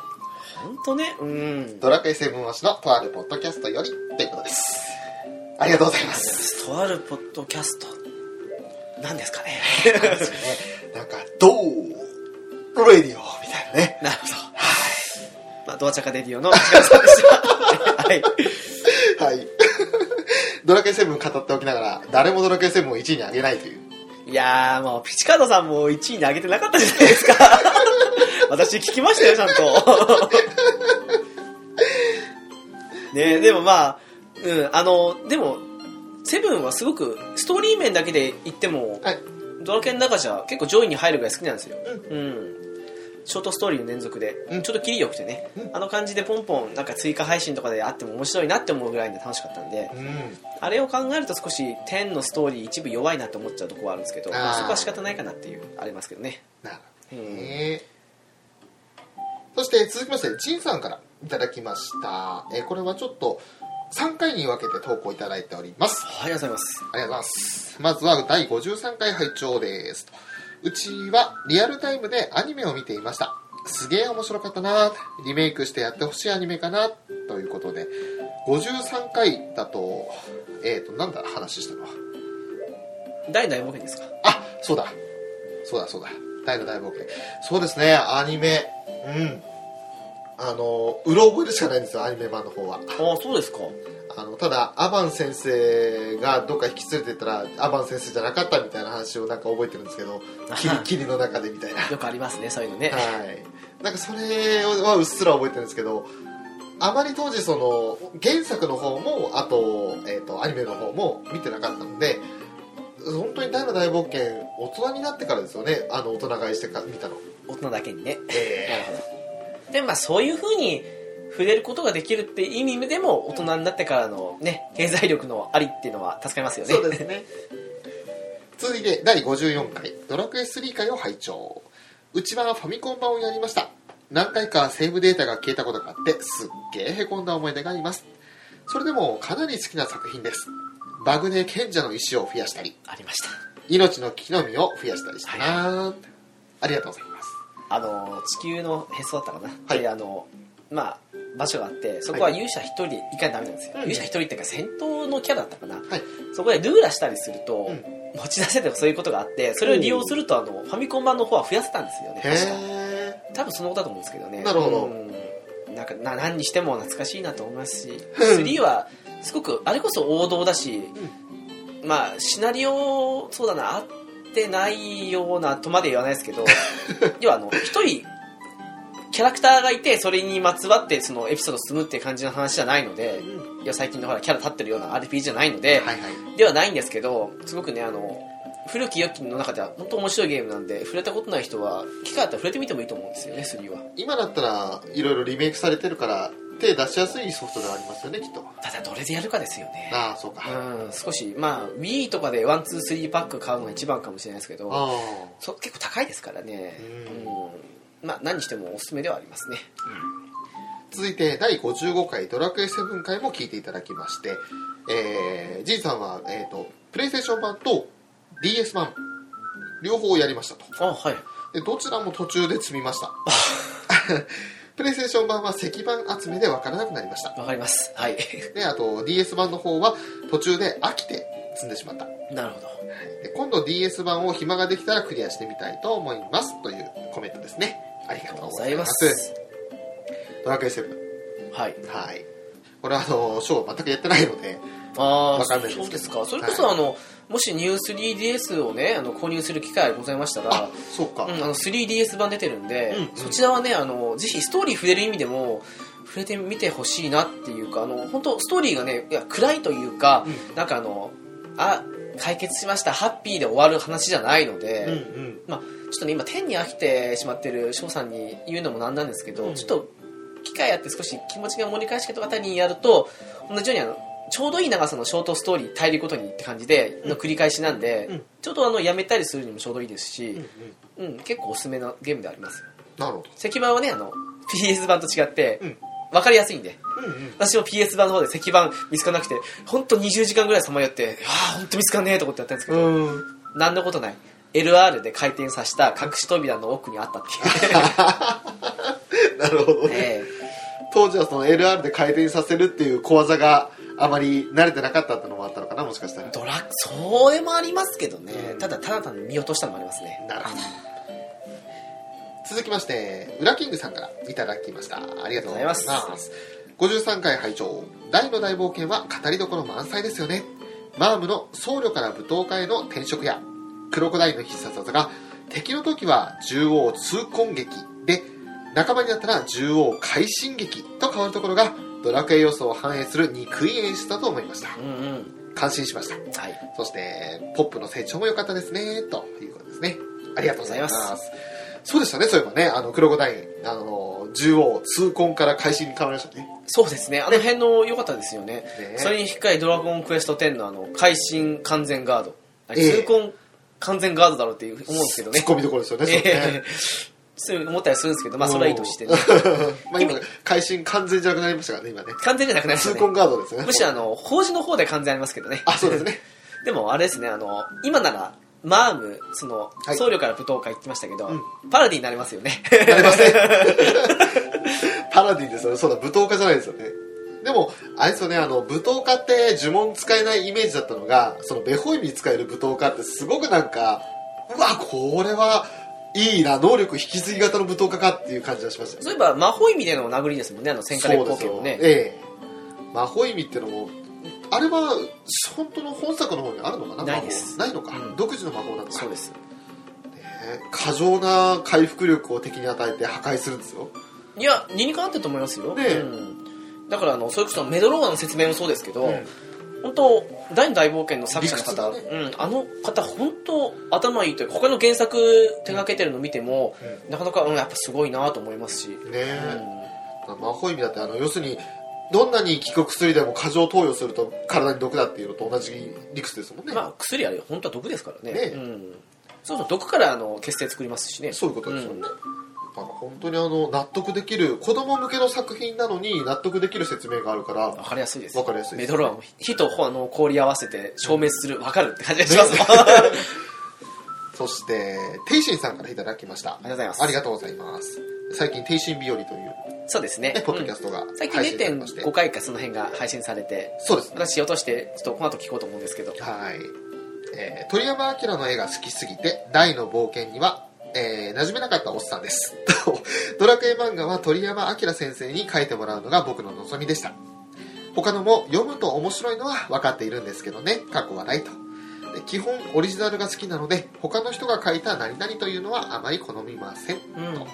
当ねうんドラクエ7推しのとあるポッドキャストよりということですありがとうございますとあるポッドキャストなんです かねなんか「ドーレディオ」みたいなねなるほどまあ、ドアチャカデディオの時間さんで したはいはい。 ドラクエ7語っておきながら、誰もドラクエ7を1位に上げないという。いやーもうピチカードさんも1位に上げてなかったじゃないですか 私聞きましたよちゃんとねでもまあうんあのでもセブンはすごくストーリー面だけで言っても、はいドラケンの中じゃ結構上位に入るぐらい好きなんですよううん、ショートストーリーの連続で、うんちょっとキリ良くてね、あの感じでポンポンなんか追加配信とかであっても面白いなって思うぐらいで楽しかったんで、うん。あれを考えると少し10のストーリー一部弱いなと思っちゃうとこはあるんですけどあーまあそこは仕方ないかなっていうありますけどねなるほどうんね。そして続きまして、ジンさんからいただきました。えーこれはちょっと3回に分けて投稿いただいております。ありがとうございますありがとうございます。まずは第53回拝聴です。うちはリアルタイムでアニメを見ていました。すげえ面白かったな。リメイクしてやってほしいアニメかな。ということで、53回だと、えっ、ー、と、なんだ話したのは。大大冒険ですかあ、そうだ。そうだ、そうだ。大の大冒険。そうですね、アニメ。うん。あの、うろ覚えでしかないんですよ、アニメ版の方は。ああそうですかあのただアバン先生がどっか引き連れてったらアバン先生じゃなかったみたいな話をなんか覚えてるんですけどキリキリの中でみたいなよくありますねそういうのね、はいなんかそれはうっすら覚えてるんですけどあまり当時その原作の方もあと,、えー、とアニメの方も見てなかったので本当に大の大冒険大人になってからですよねあの大人買いしてか見たの大人だけにねなるえほどでもまあそういうふうに触れることができるって意味でも大人になってからのね経済力のありっていうのは助かりますよねそうですね。続いて第54回ドラクエ3回を拝聴うちはファミコン版をやりました何回かセーブデータが消えたことがあってすっげえへこんだ思い出がありますそれでもかなり好きな作品ですバグで賢者の石を増やしたり ありました命の木の実を増やしたりしたな、ありがとうございますあの地球のへそだったかな、はいであのまあ場所があってそこは勇者一人で行かないとダメなんですよ、うん勇者一人っていうか戦闘のキャラだったかな、はいそこでルーラしたりすると、うん持ち出せとかそういうことがあってそれを利用するとあのファミコン版の方は増やせたんですよね確かへ多分そのことだと思うんですけどねなるほどうんなんかな何にしても懐かしいなと思いますし3はすごくあれこそ王道だし、まあシナリオそうだな合ってないようなとまで言わないですけ ど要はあの一人キャラクターがいてそれにまつわってそのエピソードを進むっていう感じの話じゃないので、えはいや最近のほらキャラ立ってるような RPG じゃないので、いはいではないんですけどすごくねあの古き良きの中では本当面白いゲームなんで触れたことない人は機会あったら触れてみてもいいと思うんですよね3は今だったらいろいろリメイクされてるから手出しやすいソフトではありますよねきっとただどれでやるかですよねああそうか、あうん少しまあ Wii とかでワンツースリーパック買うのが一番かもしれないですけどあそ結構高いですからねうんうんまあ何にしてもおすすめではありますね続いて第55回ドラクエ7回も聞いていただきまして、えー、じいさんは、えー、とプレイステーション版と DS 版両方やりましたとあはいでどちらも途中で積みました プレイステーション版は石版集めで分からなくなりましたわかりますはい であと DS 版の方は途中で飽きて積んでしまったなるほどで今度 DS 版を暇ができたらクリアしてみたいと思いますというコメントですねありがとうごござざいいまますすドラクエ7はいはいこれはあのショー全くやってないのでああわかんないですそけどうですかそれこそ、はいあのもしニュー 3DS をねあの購入する機会がございましたらあそうか、うん、あの 3DS 版出てるんで、うんそちらはねあのぜひストーリー触れる意味でも触れてみてほしいなっていうかあの本当ストーリーがねいや暗いというか、うなんかあのあ解決しましたハッピーで終わる話じゃないので、うんうんまあ、ちょっとね今天に飽きてしまってる翔さんに言うのもなんなんですけど、うんちょっと機会あって少し気持ちが盛り返した方にやると同じようにあのちょうどいい長さのショートストーリー耐えることにって感じでの繰り返しなんで、うんちょっとあのやめたりするにもちょうどいいですし、うんうんうん、結構おすすめなゲームではありますよなるほど石版はねあの PS 版と違って、うん分かりやすいんでうんうん私も PS 版の方で石版見つからなくて本当20時間ぐらいさまよってああ本当見つかんねえと思ってやったんですけど、うんなんのことない LR で回転させた隠し扉の奥にあったっていう、なるほど ねえ当時はその LR で回転させるっていう小技があまり慣れてなかったってのもあったのかなもしかしたらえドラそれもありますけどね、うんただただ単に見落としたのもありますねなるほど続きましてウラキングさんからいただきましたありがとうございますありがとうございま53回拝聴大の大冒険は語りどころ満載ですよねマームの僧侶から舞踏家への転職やクロコダイルの必殺技が敵の時は縦横痛恨劇で仲間になったら縦横快進撃と変わるところがドラクエ要素を反映する憎い演出だと思いましたうんうん感心しましたはいそして、ポップの成長も良かったですね、ということですね。ありがとうございます。ありがとうそうでしたね、そういえばね、あの、クロコダイン、あの、縦横、痛恨から会心に変わりましたね。そうですねあの辺の良かったですよねねそれに引っかえドラゴンクエスト10のあの会心完全ガードあれえ痛え恨完全ガードだろうっていう思うんですけどツねッコミどころですよね、それねええそう思ったりするんですけどまあそれはいいとしてね まあ今、会心完全じゃなくなりましたからね、今ね。完全じゃなくなりま痛した恨ねガードですね。むしろあの法事の方で完全ありますけどねあ、そうですね。でもあれですねあの今ならマームそのはい僧侶から舞踏会行ってましたけど、うパラディになりますよねなりません。 パラディですよね。そうだ、舞踏家じゃないですよね。でも、あれですよね、あの、舞踏家って呪文使えないイメージだったのが、その、ベホイミ使える舞踏家ってすごくなんか、うわ、これは、いいな、能力引き継ぎ型の舞踏家かっていう感じがしました ね。そういえば魔法意味での殴りですもんねあの戦火連そうで光す景よもねええ。魔法意味ってのも、あれは、本当の本作の方にあるのかなないです魔法ないのか、うん独自の魔法なのか。そうですね過剰な回復力を敵に与えて破壊するんですよ。いや理にかなってると思いますよ、ねえうん、だからあのそれこそメドローアの説明もそうですけど、うん本当大の大冒険の作者の方、理屈うん、あの方本当頭いいというか他の原作手がけてるの見ても、なかなか、うん、やっぱすごいなと思いますし、ねうんえ。魔法意味だってあの要するにどんなに効く薬でも過剰投与すると体に毒だっていうのと同じ理屈ですもんね、まあ、薬あれ本当は毒ですからねねえうん、そうそう毒からあの血清作りますしねそういうことですよね、うんだから本当にあの納得できる子供向けの作品なのに納得できる説明があるからわかりやすいですわかりやすいでメすドローアも火とあの氷合わせて消滅するわかるって感じがしますもんありそして天心さんからいただきましたがとうございますありがとうございます最近天心日和という、 そうですねね、ポッドキうャんストが最近配信されまして、 0.5回かその辺が配信されてそうです私落としてちょっとこの後聞こうと思うんですけどはい、えー鳥山明の絵が好きすぎて大の冒険には、えー馴染めなかったおっさんです とドラクエ漫画は鳥山明先生に描いてもらうのが僕の望みでした他のも読むと面白いのは分かっているんですけどね過去はないとで基本オリジナルが好きなので他の人が描いた何々というのはあまり好みませんうん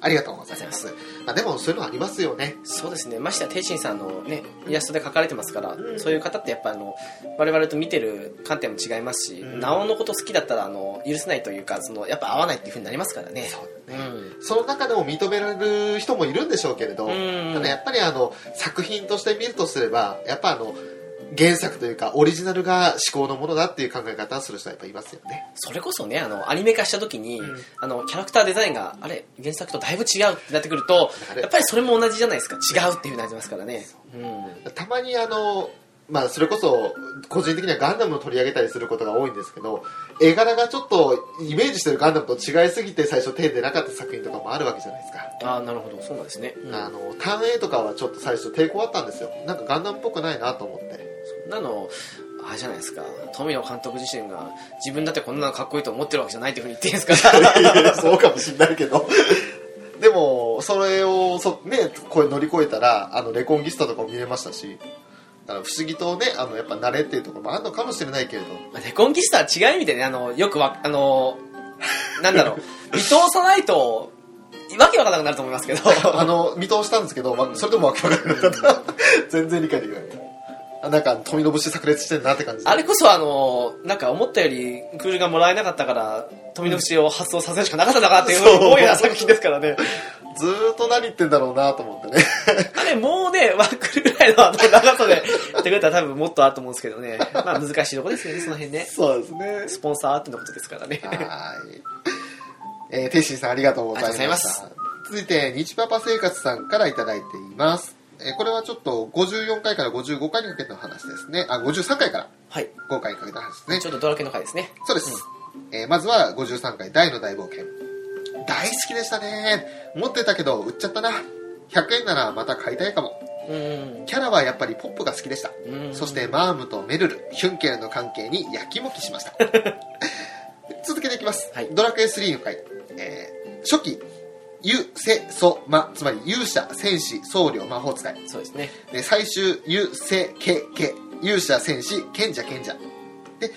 ありがとうございますまあ、でもそういうのありますよねそうですねましてや天心さんのねイラストで描かれてますから、うんそういう方ってやっぱあの我々と見てる観点も違いますし、うんなおのこと好きだったらあの許せないというかそのやっぱ合わないっていうふうになりますからねそううね、んその中でも認められる人もいるんでしょうけれど、うんただやっぱりあの作品として見るとすればやっぱあの原作というかオリジナルが至高のものだっていう考え方をする人はやっぱいますよねそれこそねあのアニメ化した時に、うんあのキャラクターデザインがあれ原作とだいぶ違うってなってくるとなるやっぱりそれも同じじゃないですか違うっていうふうになりますからねうんたまにあのまあそれこそ個人的にはガンダムを取り上げたりすることが多いんですけど絵柄がちょっとイメージしてるガンダムと違いすぎて最初手出なかった作品とかもあるわけじゃないですかああなるほどそうなんですね、うんあのターン A とかはちょっと最初抵抗あったんですよなんかガンダムっぽくないなと思ってそんなのあれじゃないですか富野監督自身が自分だってこんなのかっこいいと思ってるわけじゃないっていうふうに言ってるんです からいやいやそうかもしれないけどでもそれをそ、ね、これ乗り越えたらあのレコンギスタとかも見れましたしだから不思議とねあのやっぱ慣れっていうところもあるのかもしれないけれどレコンキスタは違う意味でねあのよくわあのなんだろう見通さないとわけわからなくなると思いますけどあの見通したんですけど、まそれでもわけわからなかった 全然理解できなかったあなんか富の節炸裂してんなって感じあれこそあのなんか思ったよりクールがもらえなかったから富の節を発想させるしかなかったのかなっていうそう思うような作品ですからねずーっと何言ってんだろうなと思ってねあれもうねワンクールぐらいのあの長さでやってくれたら多分もっとあると思うんですけどねまあ難しいとこですよねその辺ね そうですねスポンサーあってのことですからねはい。えー、天心さんありがとうございました。続いて、日パパ生活さんからいただいています。えーこれはちょっと54回から55回にかけての話ですね。あ、53回からはい。 5回にかけての話ですねち。ょっとドラケンの回ですね。そうです、えーまずは53回大の大冒険大好きでしたね持ってたけど売っちゃったな100円ならまた買いたいかもうん。キャラはやっぱりポップが好きでしたうんそしてマームとメルルヒュンケルの関係にやきもきし ました続けていきます、はいドラクエ3の回、えー初期湯せそまつまり勇者戦士僧侶魔法使いそうですね。で最終優勢けけ勇者戦士賢者賢者で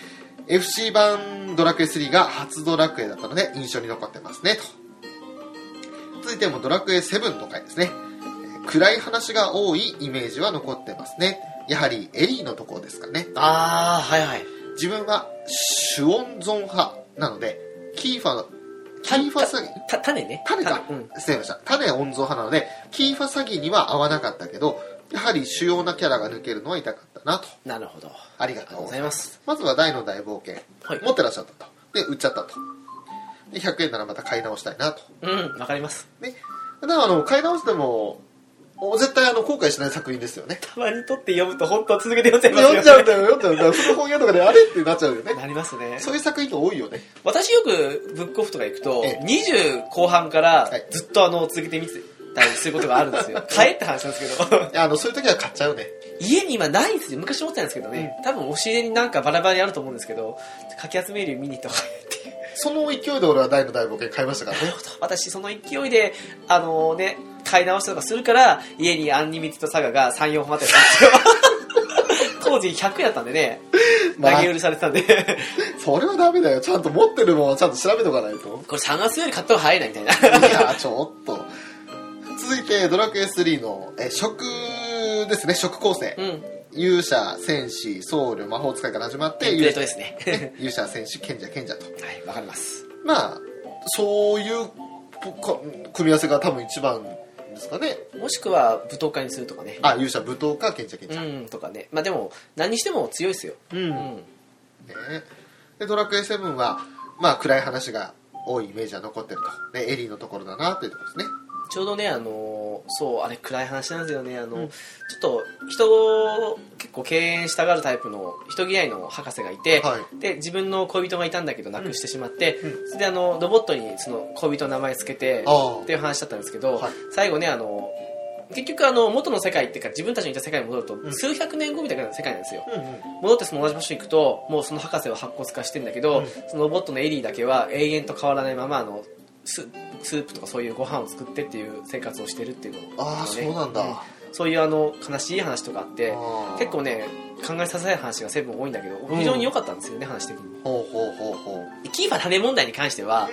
FC 版ドラクエ3が初ドラクエだったので印象に残ってますねと続いてもドラクエ7の回ですねえー暗い話が多いイメージは残ってますねやはりエリーのところですかねあー、はいはい。自分はシュオンゾン派なのでキーファキーファ詐欺た、種ね。種か、うん。失礼しました種温存派なのでキーファ詐欺には合わなかったけどやはり主要なキャラが抜けるのは痛かったなとなるほど。あありがりがととううごござざいいまます。すまずは大の大冒険、はい持ってらっしゃったとで売っちゃったとで100円ならまた買い直したいなとうん、わかります。ねだからあの買い直してもお絶対あの後悔しない作品ですよねたまに取って読むと本当続けて読んじゃいますよ、 読んじゃうんだ よ読んじゃうんだよ古本屋とかであれってなっちゃうよねなりますね。そういう作品が多いよね私よくブックオフとか行くとええ、 20後半からはいずっとあの、続けて見てたりすることがあるん ですよ。買えって話なんですけど。いやあのそういう時は買っちゃうね家に今ないんですよ。昔持ってたんですけどね。多分押し入れになんかバラバラにあると思うんですけど、かき集めるように見に行った方がいいっていう。その勢いで俺は大の大冒険買いましたからね私その勢いであのね買い直したとかするから家にアンリミテッドサガが34本あったりしたんです よ当時100やったんでねまあ投げ売りされてたんで 。それはダメだよ。ちゃんと持ってるもんはちゃんと調べとかないとこれ探すより買った方が早いなみたいない や、ちょっと。続いて、ドラクエ3の、え、食ですね、食構成。うん勇者、戦士、僧侶、魔法使いから始まって、テンプレー勇ト者ですね勇者、 戦士、賢者、賢者と。 はいわかりますまあ、そういうぽこ組み合わせが多分一番ですかね。もしくは舞踏家にするとかねあ、勇者、武闘家、賢者、賢う者。ねんとかねまあでも何にしても強いですようんうんで、ドラクエ7は、まあ、暗い話が多いイメージは残ってると。で、エリーのところだな、というところですね。ちょうどねあのそうあれ暗い話なんですよねあの、うんちょっと人を結構敬遠したがるタイプの人嫌いの博士がいて、はで自分の恋人がいたんだけど亡くしてしまって、うそれであのロボットにその恋人の名前つけてあーっていう話だったんですけど、はい最後ねあの結局あの元の世界っていうか自分たちのいた世界に戻ると、ん数百年後みたいな世界なんですよ、うんうん。戻ってその同じ場所に行くともうその博士は白骨化してんだけど、うんそのロボットのエリーだけは永遠と変わらないままあのススープとかそういうご飯を作ってっていう生活をしてるっていうのをああ、そうなんだ。そういうあの悲しい話とかあってあー結構ね考えさせない話がセブン多いんだけどん非常に良かったんですよね、話的にほうほうほうほう。キーファ種問題に関しては、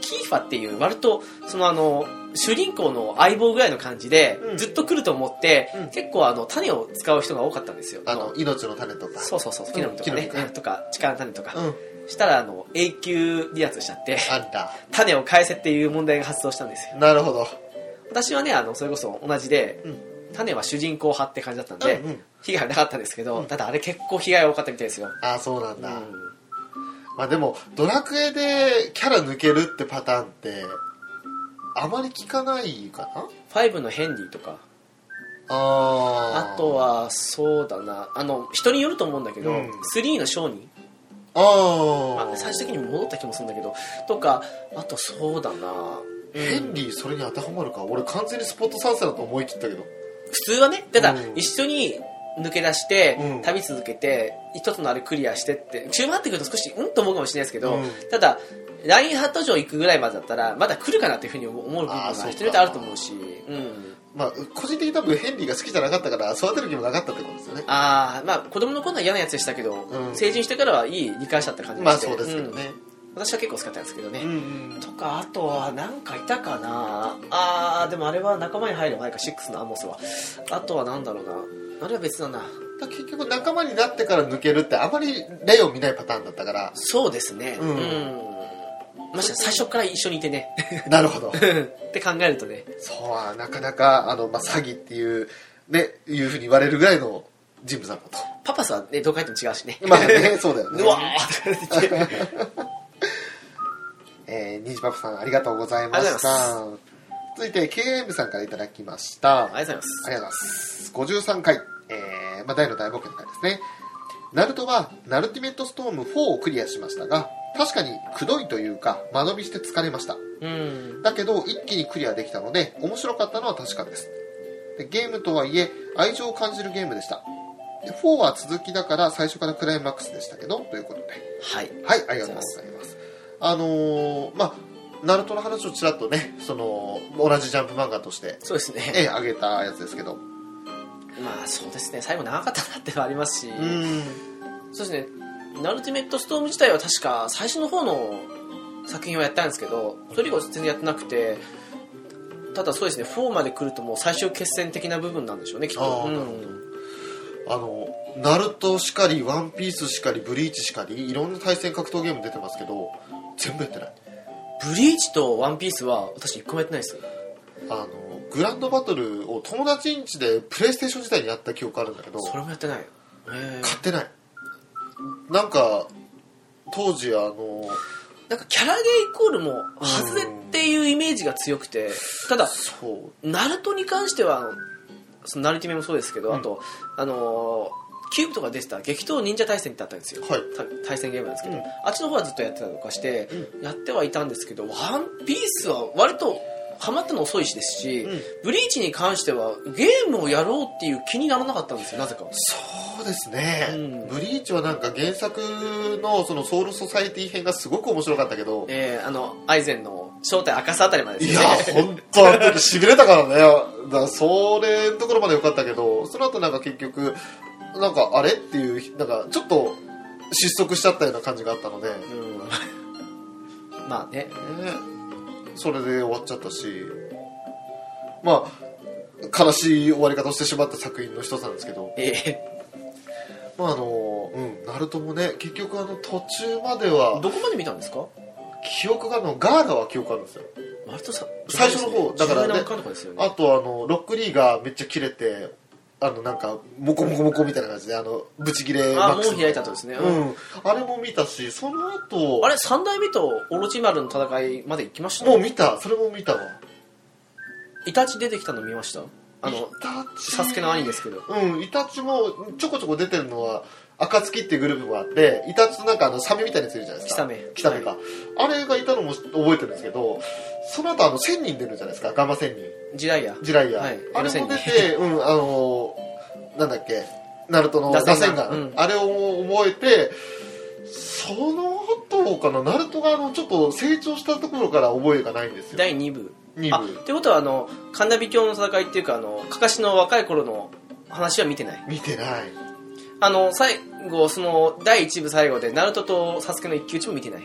キーファっていう割とそのあの主人公の相棒ぐらいの感じで、うんずっと来ると思って、うん結構あの種を使う人が多かったんですよあの、命の種とか。そうそうそう、木の実とか木ね、の実かうんとか、力の種とか、うん。したら、あの、永久離脱しちゃって、あんた。種を返せっていう問題が発動したんですよ。なるほど。私はね、あの、それこそ同じで、うん種は主人公派って感じだったんで、うんうん被害はなかったんですけど、ただあれ結構被害多かったみたいですよ。ああ、そうなんうだ。んまあでも、ドラクエでキャラ抜けるってパターンって、あまり聞かないかなファイブのヘンリーとか、ああ。あと。は、そうだな、あの、人によると思うんだけど、うんスリーの商人、あまあ。あ、最終的に戻った気もするんだけど、とか、あとそうだな、ヘンリーそれに当てはまるか俺完全にスポット参戦だと思い切ったけど普通はねただうん一緒に抜け出して、うん旅続けて一つのあれクリアしてって中盤になってくると少しうんと思うかもしれないですけど、うんただラインハット城行くぐらいまでだったらまだ来るかなっていうふうに思う部分あがーそう人にかよってあると思うし、うん、まあ個人的に多分ヘンリーが好きじゃなかったから育てる気もなかったってことですよねああまあ子供の頃は嫌なやつでしたけど、うん成人してからはいい理解者って感じまがあしてそうですけどねうん私は結構使ったんですけどね、うんうんとかあとはなんかいたかなあーでもあれは仲間に入る前か6のアモスはあとはなんだろうなあれは別だなだから結局仲間になってから抜けるってあまり例を見ないパターンだっ たからそうですねううんん、まして最初から一緒にいてね なるほどって考えるとねそうはなかなかあの、まあ、詐欺っていうねいうふうに言われるぐらいの人物なん だとパパスはねどう書いても違うしねまあね そうだよねうわーって言ってえー、にじぱぱさんありがとうございまありがしとうござた続いて、KM さんからいただきました。 ありがとうありがとうございます。53回、えーまあ、大の大冒険の回ですね。ナルトは、ナルティメットストーム4をクリアしましたが、確かにくどいというか、間延びして疲れました。ございます。うん。だけど、一気にクリアできたので、面白かったのは確かです。でゲームとはいえ、愛情を感じるゲームでした。で4は続きだから、最初からクライマックスでしたけど、ということで。はい。はい、ありがとうございます。あのーまあ、ナルトの話をちらっとね、その、同じジャンプ漫画として、そうですね。え、あげたやつですけど。まあそうですね最後長かったなってのはありますし、うん。そうですねナルティメットストーム自体は確か最初の方の作品をやったんですけどそれ以降全然やってなくてただそうですね4まで来るともう最終決戦的な部分なんでしょうねきっとあーうんなるほあの、ナルトしかり、ワンピースしかり、ブリーチしかり、いろんな対戦格闘ゲーム出てますけど、全部やってない。ブリーチとワンピースは私一個もやってないですあの、グランドバトルを友達ん家でプレイステーション時代にやった記憶あるんだけど、それもやってないへえ買ってない。なんか、当時あの、なんかキャラゲーイコールも外れっていうイメージが強くてただそう、ナルトに関してはあのそのナルティメもそうですけど、うんあとあのーキューブとかで出てた激闘忍者対戦ってあったんですよ、はいた対戦ゲームなんですけど、うんあっちの方はずっとやってたりとかして、やってはいたんですけどワンピースは割とハマったの遅いしですし、うんブリーチに関してはゲームをやろうっていう気にならなかったんですよなぜかそうですね、うんブリーチはなんか原作のそのソウルソサイティ編がすごく面白かったけど、えー、あのアイゼンの正体明かすあたりまででいすやよね、本当あの時しびれたからね。だからそれのところまで良かったけど、その後なんか結局、なんかあれっていう、なんかちょっと失速しちゃったような感じがあったので、ねうんまあねそれで終わっちゃったし、まあ、悲しい終わり方をしてしまった作品の一つなんですけど、ええまああの、うん、ナルトもね、結局あの途中までは、どこまで見たんですか記憶があるの、ガーガは記憶あるんですよ。割とさ最初の方だからね十何巻とかですよねあとあのロックリーがめっちゃ切れてあのなんかモコモコモコみたいな感じであのブチ切あれマックス門開いた後ですねうんあれも見たしその後あれ三代目とオロチマルの戦いまで行きましたもう見たそれも見たわイタチ出てきたの見ましたあのイタチサスケの兄ですけどうんイタチもちょこちょこ出てるのは暁っていうグループもあってイタチとなんかあのサメみたいなやついるじゃないですかキサメサメか、あれがいたのも覚えてるんですけどその後あの1000人出るじゃないですかガンマ1000人時代やジライア、はいあれも螺出旋て、うん、あのーなんだっけ、ナルトの螺螺旋丸旋丸、うんあれを覚えて、その後かな、ナルトがあのちょっと成長したところから覚えがないんですよ、第2部二あっ部、てことはあの神奈美教の戦いっていうかあのかかしの若い頃の話は見てない見てない、あの最後その第1部最後でナルトとサスケの一騎打ちも見てない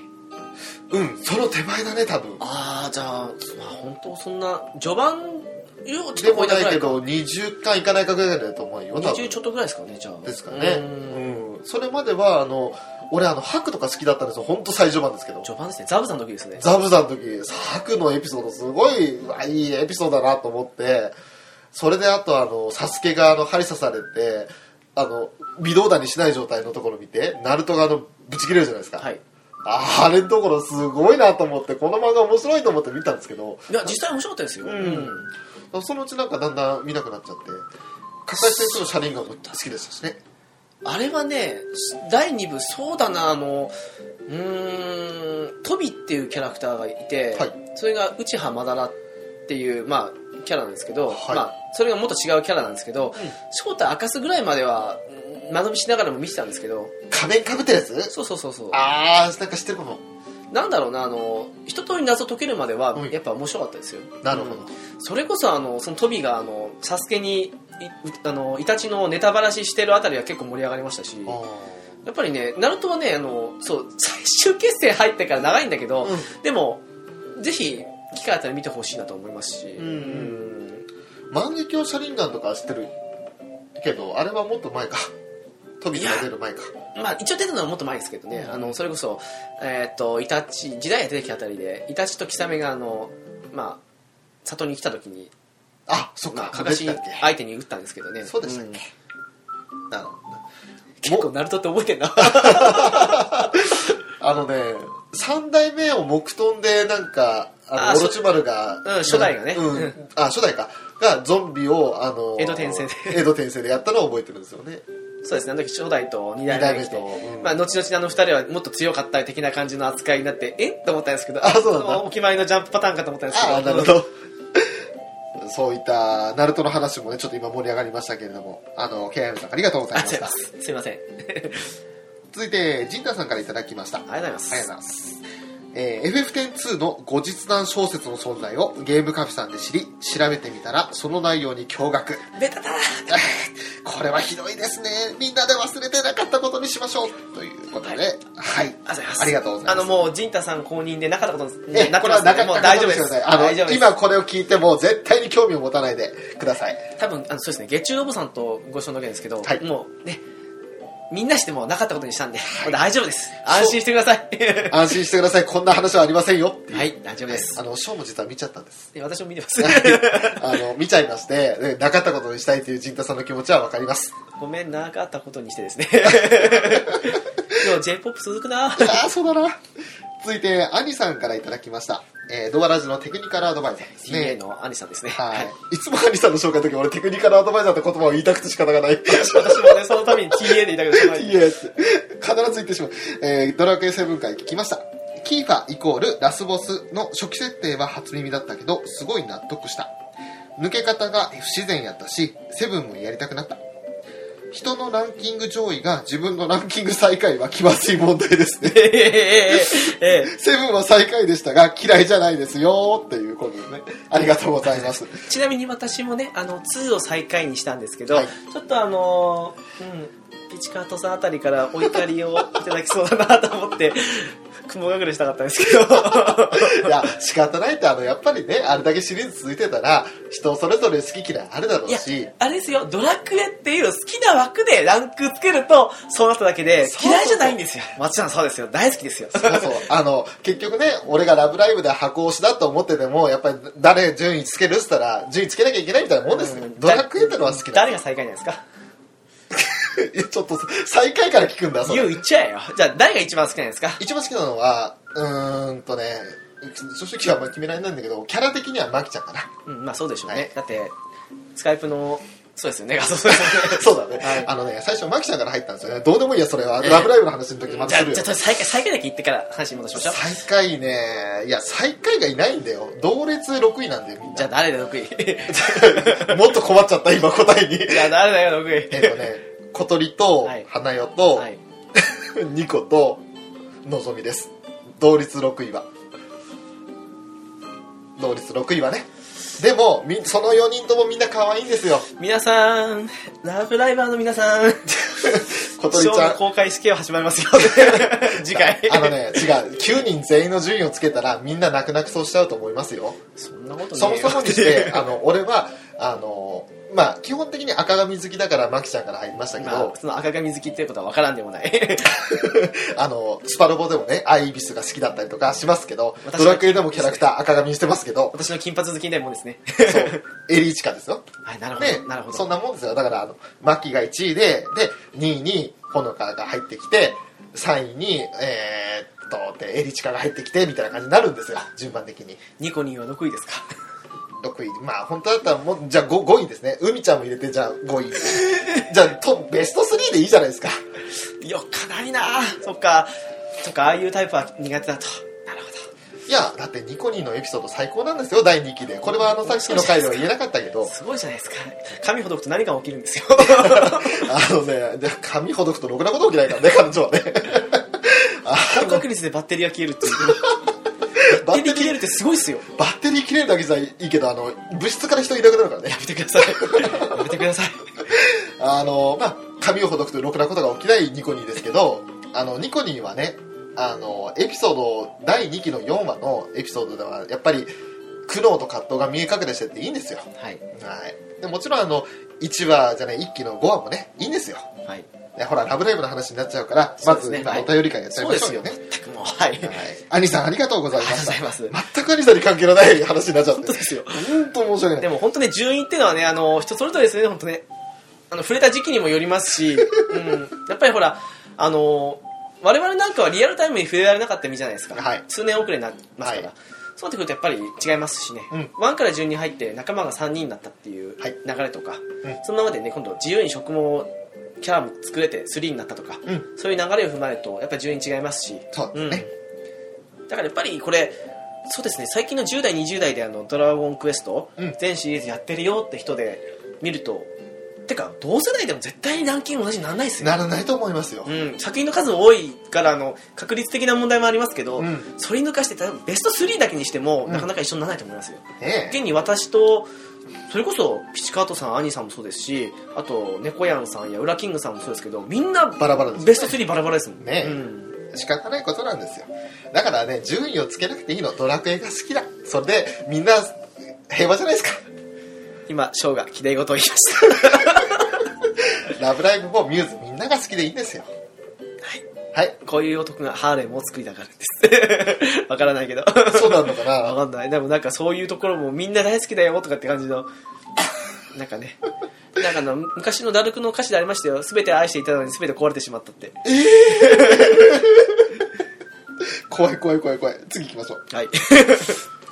うん、その手前だね、多分ああじゃあ、まあ、本当そんな序盤よちでょっと超えもたなぐいらけいかど、20巻いかないかぐらいだと思うよ、多20分ちょっとぐらいですかねじゃあですかね、うんうん、それまでは、あの俺、あの白とか好きだったんですよ、本当、最序盤ですけど。序盤ですねザブさんの時ですねザブザの時、サクのエピソードすごい、うわいいエピソードだなと思って、それであとあの、サスケがあの、針刺されて、あの、微動だにしない状態のところ見て、ナルトがあの、ぶち切れるじゃないですか。はいああれのところすごいなと思って、この漫画面白いと思って見たんですけど、いや実際面白かったですよ、んそのうちなんかだんだん見なくなっちゃって、加西先生の車輪が好きでしたしね。あれはね第2部そうだなあのうーんトビっていうキャラクターがいて、はいそれが内葉まだらっていうまあキャラなんですけど、はいまあ、それがもっと違うキャラなんですけど、正体明かすぐらいまではうん間延びしながらも見てたんですけど仮面かぶってるやつそうそうそうそうああ、なんか知ってるかも。なんだろうなあの一通り謎解けるまではうんやっぱ面白かったですよ、なるほど。それこそあのそのトビがあのサスケにいあのイタチのネタばらししてるあたりは結構盛り上がりましたしあやっぱりね、ナルトはね、あの、そう、最終決戦入ってから長いんだけど、うんでも、ぜひ、機会あったら見てほしいなと思いますし、んー万華鏡車輪ガンとかは知ってるけどあれはもっと前か飛びが出る前かうんまあ、一応出たのはもっと前ですけどね、うんあの、それこそ、えーっ、と、イタチ、時代が出てきたあたりで、イタチとキサメが、あの、まあ、里に来た時に、あそっまかあ、かかし出てきたっ相手に打ったんですけどね。けそうでしたっけ、うん なるほど結構、ナルトって覚えてんな。あのね3代目を木遁でなんかああーのオロチマルが、うん初代がねうん、あ初代かがゾンビをあの江戸転生で江戸転生でやったのを覚えてるんですよねそうですねあの時初代と2 2代代目目が来てと、うんまあ、後々あの二人はもっと強かった的な感じの扱いになってえっと思ったんですけどあそうなんだお決まりのジャンプパターンかと思ったんですけどあなるほどそういったナルトの話もねちょっと今盛り上がりましたけれどもあのケアヤムさんありがとうござい あましたすいませんすいませんありがとう続いてジンタさんからいただきましたあごりざいますがとうございますえー FF102 の後日談小説の存在をゲームカフェさんで知り調べてみたらその内容に驚愕 ベタだこれはひどいですねみんなで忘れてなかったことにしましょうということではあい、りがとうございますありがとうございますあのもう陣太さん公認でなかったことにえなってこますれはのなでかもうなか大丈夫でですすよねあの大丈夫です今これを聞いても絶対に興味を持たないでください多分あのそうですね月中お坊さんとご一緒のわけですけど、はいもうねみんなしてもなかったことにしたんで、もう大丈夫です安心してください安心してくださいこんな話はありませんよはい大丈夫です、あのショーも実は見ちゃった んですで私も見てますあの見ちゃいましてねなかったことにしたいという陣太さんの気持ちは分かりますごめんなかったことにして ですね今日 j p o p 続くなああそうだな続いて兄さんからいただきました、えードアラジのテクニカルアドバイザーです TA ねの兄さんですねははいい、いつも兄さんの紹介の時俺テクニカルアドバイザーって言葉を言いたくて仕方がない私もねそのために TA でいたけどそのいや必ず言ってしまう、えードラクエ7回聞きましたキーファイコールラスボスの初期設定は初耳だったけどすごい納得した抜け方が不自然やったしセブンもやりたくなった人のランキング上位が自分のランキング最下位は気まずい問題ですね ええええええセブンは最下位でしたが嫌いじゃないですよっていうことでねありがとうございますちなみに私もねあの2を最下位にしたんですけど、はいちょっとあのーうんピチカートさんあたりからお怒りをいただきそうだなと思って雲隠れしたかったんですけどいや仕方ないってあのやっぱりねあれだけシリーズ続いてたら人それぞれ好き嫌いあるだろういやしあれですよドラクエっていう好きな枠でランクつけるとそうなっただけでそうそう嫌いじゃないんですよもちろんそうですよ大好きですよそうそう。あの、結局ね、俺がラブライブで箱推しだと思ってても、やっぱり誰順位つけるっつったら、順位つけなきゃいけないみたいなもんですよ。ドラクエってのは好きだ。誰が最下位なんですかいやちょっと、最下位から聞くんだ、それ言う言っちゃえよじゃあ誰が一番好きなんですか一番好きなのは、うーんとね、正直はあんまり決められないんだけど、キャラ的にはマキちゃん かな。うんまあそうでしょうね、はいだってスカイプのそうですよね画像そうですよね そうだね、はいあのね、最初マキちゃんから入ったんですよね。どうでもいいや、それは。ラブライブの話の時まじたゃあ、す るじよゃあ、。最下位、最下位だけ言ってから話に戻しましょう。最下位ね、いや、最下位がいないんだよ。同列6位なんだよ、みんじゃあ、誰だ、6位。 な。 もっと困っちゃった、今答えに。じゃあ、誰だよ、え6位。っ とね、小鳥とはい花代と、はい。ニコとのぞみです同率6位は同率6位はねでもみその4人ともみんな可愛いんですよ皆さん、ラブライバーの皆さん、小ショ鳥ちーゃのん公開試験を始まりますよ。 次回。あのね違う9人全員の順位をつけたらみんな泣く泣くそうしちゃうと思いますよそんなことねえよそもそもにして、あの俺はあのまあ基本的に赤髪好きだからマキちゃんから入りましたけ ど、まあ、その赤髪好きっていうことは分からんでも ない。 あのスパロボでもねアイビスが好きだったりとかしますけど私はドラクエでもキャラクター赤髪にしてます けど私の金髪好きなもんですね。そうエリーチカですよ はい、なるほでど。なるほど。そんなもんですよだからあのマキが1位でで2位にほのかが入ってきて3位にえーっとでエリチカが入ってきてみたいな感じになるんですよ順番的にニコニーは6位ですか。 6位まあ本当だったらもうじゃあ 5, 5位ですね海ちゃんも入れてじゃあ5位じゃあとベスト3でいいじゃないですかよっかないなそっか。そっか、ああいうタイプは苦手だと。なるほいやだってニコニーのエピソード最高なんですよ第2期でこれはあのさっきの回では言えなかったけどど。すごいじゃないですか。髪ほどくと何が起きるん ですよ。あのねで髪ほどくとろくなこと起きないからね彼女はねあ高確率でバッテリーが消えるっていう。ババッッテリテリーー切れるってすごいっすよ。バッテリー切れるだけじゃいいけど、あの、物質から人いなくなるからね。やめてください。やめてください。あの、まあ、髪をほどくとろくなことが起きないニコニーですけど、あの、ニコニーはね、あの、エピソード、第2期の4話のエピソードでは、やっぱり、苦悩と葛藤が見え隠れしてていいんですよ。はい。はい。でもちろん、あの、1話じゃない、1期の5話もね、いいんですよ。はい。ねほら、ラブライブの話になっちゃうから、そまうですずね今、はいお便り会やっちゃそいうまでしょうすよよ。ね。全くもう、はい。ありがはい。兄さん、ありがとうございまとうございします。た。全く兄さんに関係のない話になっちゃった。本当ですよ。本当申し訳ないで。も本当ね、順位っていうのはね、あの、人それぞれですね、本 当ね。あの、触れた時期にもよりますし、うん。やっぱりほら、あの、我々なんかはリアルタイムに触れられなかった身じゃないですか、はい数年遅れになりますから、はいそうなってくるとやっぱり違いますしね、うん1から順に入って仲間が3人になったっていうはい流れとか、うんその中でね今度自由に職務キャラも作れて3になったとか、うんそういう流れを踏まえるとやっぱり順に違いますしそうですね、うんだからやっぱりこれそうですね最近の10代20代であの「ドラゴンクエストうん」全シリーズやってるよって人で見るとてか同世代でも絶対にランキング同じにならないですよならないと思いますよ、うん、作品の数多いからあの確率的な問題もありますけど、うんそれに抜かして多分ベスト3だけにしても、うんなかなか一緒にならないと思いますよねえ現に私とそれこそピチカートさん兄さんもそうですしあと猫やんさんやウラキングさんもそうですけどみんなバラバラですベスト3バラバラですもんねえうん仕方ないことなんですよだからね順位をつけなくていいのドラクエが好きだそれでみんな平和じゃないですか今ショーがきれいごとを言いましたラブライブもミューズみんなが好きでいいんですよはいはいこういう男がハーレムを作りたがるんです わからないけどそうなのかなわかんないでもなんかそういうところもみんな大好きだよとかって感じのなんかねなんかあの昔のダルクの歌詞でありましたよ全て愛していたのに全て壊れてしまったって怖い怖い怖い怖い次行きましょうはいありがとう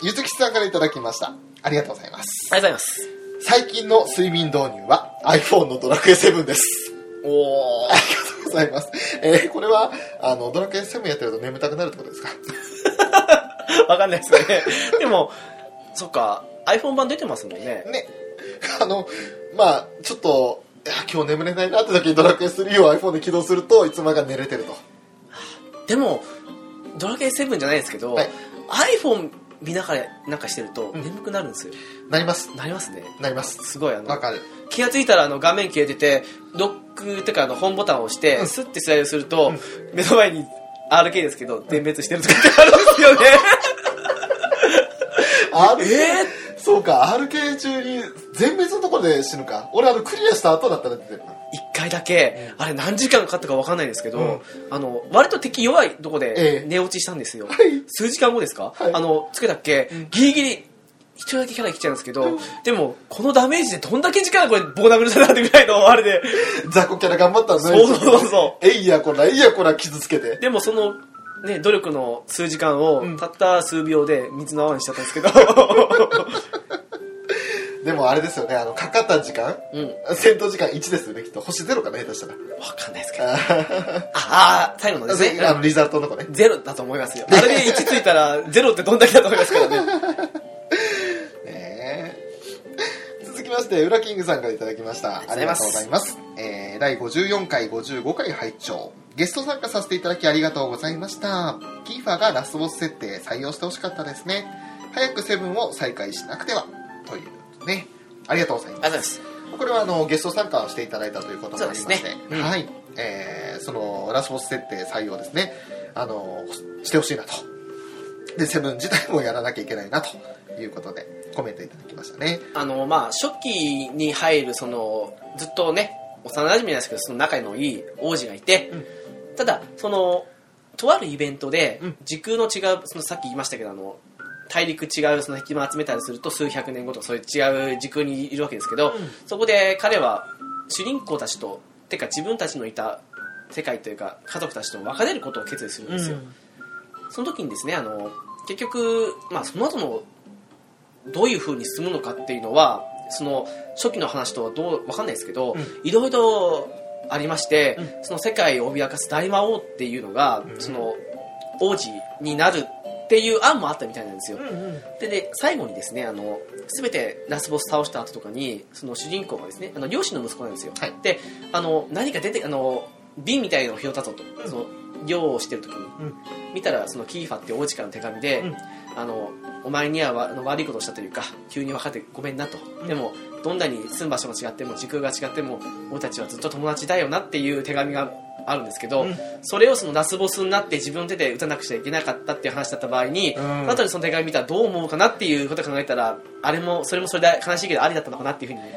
ゆずきさんからいただきましたありがとうございますございます最近の睡眠導入は iPhone のドラクエ7ですおおありがとうございます、えーこれはあのドラクエ7やってると眠たくなるってことですかわかんないですねでもそっか iPhone 版出てますもんねねあのまあちょっといや今日眠れないなって時にドラクエ3を iPhone で起動するといつまが寝れてるとでもドラケン7じゃないですけど、はい iPhone 見ながらなんかしてると眠くなるんですよ、なりますなりますねなりますすごいあのわかる気がついたらあの画面消えててロックってかあの本ボタンを押して、スッてスライドすると、目の前に RK ですけど点滅してるとかってあるんです よねあえそうか RK 中に全滅のところで死ぬか俺あのクリアした後だったら出てるな一回だけ、あれ何時間かかったか分かんないですけど、うんあの割と敵弱いとこえでえ寝落ちしたんですよ、はい数時間後ですか、はいあのつけたっけ、ギリギリ一人だけキャラ生きちゃうんですけど、でもこのダメージでどんだけ時間がこれ棒殴るさなってぐらいのあれで 雑魚キャラ頑張ったのそうそうそうそうえいやこらえいやこら傷つけてでもその、ね、努力の数時間を、うんたった数秒で水の泡にしちゃったんですけ ど、でもあれですよねあのかかった時間、うん、わ戦闘時間1ですよねきっと星0かな下手したらかんないですけど。あああー、最後 のですね。あのリザルトのとこねゼロだと思いますよ。あれで1ついたら、ゼロってどんだけだと思いますからね。ねえ続きまして、ウラキングさんからいただきましあた。ありりががととうごうござざいいます。えー、第54回、55回拝聴ゲスト参加させていただきありがとうございました。キーファーがラスボス設定採用してほしかったですね。早くセブンを再開しなくては。というね。ありがとうございます。ありがとうございます。これはあのゲスト参加をしていただいたということもありまして、そうですねうんはい、えーそのラスボス設定採用ですね、あのしてほしいなと。で、セブン自体もやらなきゃいけないなということで、コメントいただきましたね。あの、まあ、初期に入る、その、ずっとね、幼馴染なんですけど、その仲のいい王子がいて、ただ、その、とあるイベントでうん、時空の違う、そのさっき言いましたけど、あの、大陸違うその壁間集めたりすると数百年後とかそういう違う時空にいるわけですけど、うんそこで彼は主人公たちとてか自分たちのいた世界というか家族たちと別れることを決意するんですよ、その時にですねあの結局、まあ、その後のどういう風に進むのかっていうのはその初期の話とはどうわかんないですけど、うんいろいろありまして、うその世界を脅かす大魔王っていうのが、うんその王子になるっていう案もあったみたいなんですよ、でで最後にですねあの全てラスボス倒した後とかにその主人公がですねあの漁師の息子なんですよ、はいであの何か出てあの瓶みたいのを拾ったぞと、うんその漁をしてる時に、うん見たらそのキーファって王子からの手紙で、うんあのお前にはわあの悪いことをしたというか急に分かってごめんなと、でもどんなに住む場所が違っても時空が違っても俺たちはずっと友達だよなっていう手紙があるんですけど、うんそれをそのラスボスになって自分の手で打たなくちゃいけなかったっていう話だった場合に、うん後でその手紙見たらどう思うかなっていうことを考えたらあれもそれもそれで悲しいけどありだったのかなっていうふうに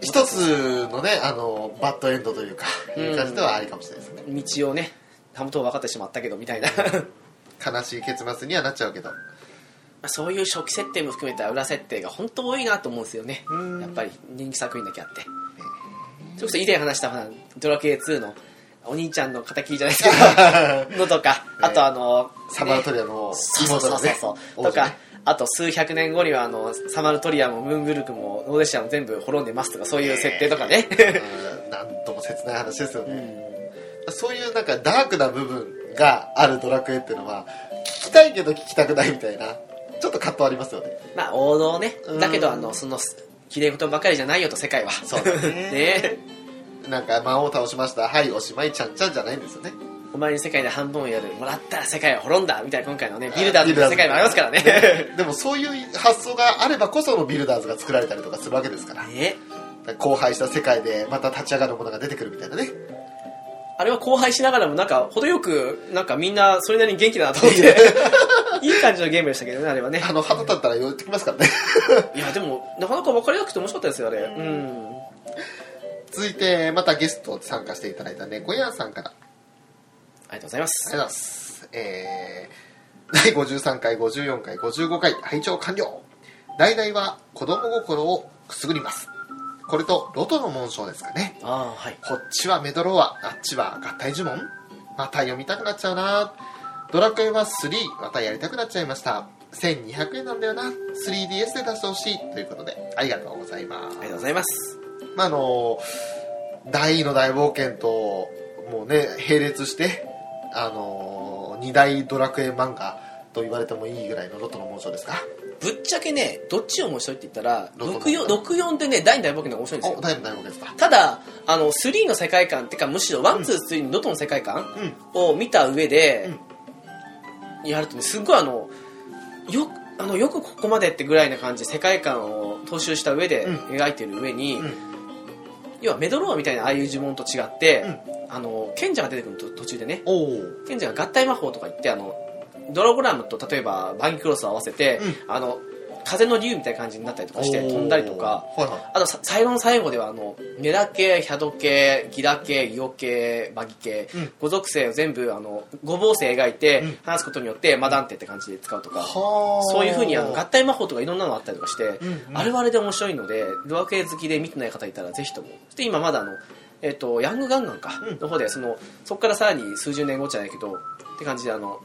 一つのね、あの、バッドエンドというか、うんいう感じではありかもしれないですね。道をねたもとを分かってしまったけどみたいな悲しい結末にはなっちゃうけど。そういう初期設定も含めた裏設定が本当多いなと思うんですよねうんやっぱり人気作品だけあってそれこそ以前話したドラケイ2のお兄ちゃんの敵じゃないですけ どのとかあとあの、サマラトリアのそうそうそ妹うのそうねそう、と王女かねあと数百年後にはあのサマルトリアもムーンブルクもノーデシアも全部滅んでますとかそういう設定とかね、 うんなんとも切ない話ですよね、そういうなんかダークな部分があるドラクエっていうのは聞きたいけど聞きたくないみたいなちょっと葛藤ありますよねまあ王道ねうんだけどあのそのきれい事ばかりじゃないよと世界はそうだね ねなんか魔王を倒しましたはいおしまいちゃんちゃんじゃないんですよねお前に世界で半分をやるもらったら世界は滅んだみたいな今回のねビルダーズの世界もありますからね でもそういう発想があればこそのビルダーズが作られたりとかするわけですからね荒廃した世界でまた立ち上がるものが出てくるみたいなねあれは荒廃しながらもなんか程よくなんかみんなそれなりに元気だなと思っていい感じのゲームでしたけどねあれはねあの肌立ったら寄ってきますからね いやでもなかなか分かりやすくて面白かったですよあれうん続いてまたゲスト参加していただいた猫やんさんからありがとうございまありがとうごすざいます。えー、第53回、54回、55回、拝聴完了。代々は子供心をくすぐります。これと、ロトの紋章ですかね。ああはいこっちはメドローア、あっちは合体呪文また読みたくなっちゃうな。ドラクエは3、またやりたくなっちゃいました。1200円なんだよな。3DS で出してほしい。ということで、ありがとうございまあすりが。とうございますまあ、あの大の大冒険ともうね並列してあの二大ドラクエ漫画と言われてもいいぐらいのロトの紋章ですかぶっちゃけねどっちを面白いって言ったらどうぞ64 64ってね第2大冒険の方が面白いんですおよ大の大冒険ですかただあの3の世界観ってかむしろ123のノトの世界観うんを見た上で、やるとねすごいあのよくあのよくここまでってぐらいな感じで世界観を踏襲した上でうん描いてる上に、うん要はメドローアみたいなああいう呪文と違って、うあの賢者が出てくると途中でねおお賢者が合体魔法とか言ってあのドログラムと例えばバンギクロスを合わせて、あの風の竜みたいな感じになったりとかして飛んだりとかはいはあとさ最後の最後ではあのメダ系ヒャド系ギラ系イオ系マギ系、うん五属性を全部あの五芒星描いてうん話すことによってマダンテって感じで使うとか、いはそういうふうにあの合が体魔法とかいろんなのあったりとかして、んうんあれはあれで面白いのでドラクエ好きで見てない方いたらぜひともそして今まだあの、えっとヤングガンガンか、うんの方でそのそこからさらに数十年後じゃないけどって感じであの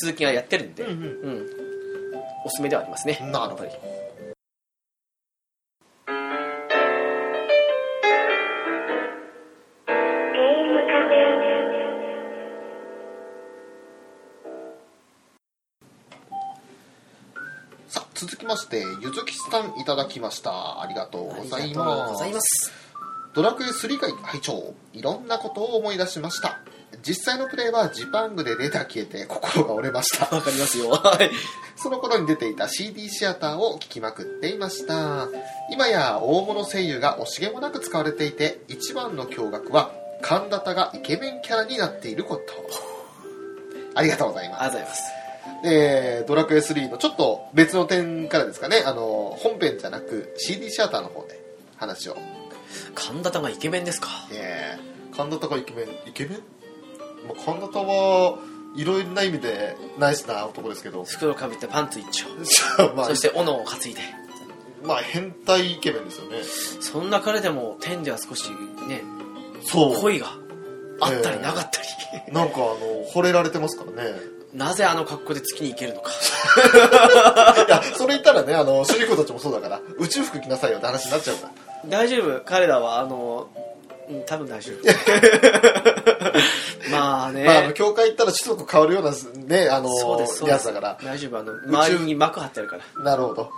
続きがやってるんで、うんうんうんおすすめではありますねなるほどやっぱりゲームカフェさあ続きましてゆずきさんいただきましたありがとうござあいりがとうまごすざいますドラクエ3回拝聴いろんなことを思い出しました実際のプレイはジパングでデータ消えて心が折れましたわかり ますよはいその頃に出ていた CD シアターを聴きまくっていました今や大物声優が惜しげもなく使われていて一番の驚愕は神田田がイケメンキャラになっていることありがとうございあまりがとうございますす、えードラクエ3のちょっと別の点からですかねあの本編じゃなく CD シアターの方で話を、神田玉イケメンですかえー、神田田がイケメンイケメン、まあ、神田田はいろいろな意味でナイスな男です けど袋かぶってパンツ一丁まあそして斧を担いでまあ変態イケメンですよねそんな彼でも天では少しねそう恋があったりなかったり、なんかあの惚れられてますからね なぜあの格好で月に行けるのかいやそれ言ったらねあの主人公たちもそうだから宇宙服着なさいよって話になっちゃうから大丈夫彼らはあのうん多分大 丈夫まあね、まあ、あの教会行ったら種族変わるようなねあのそうですそうでやすつだから大丈夫あの周りに幕張ってあるからなるほど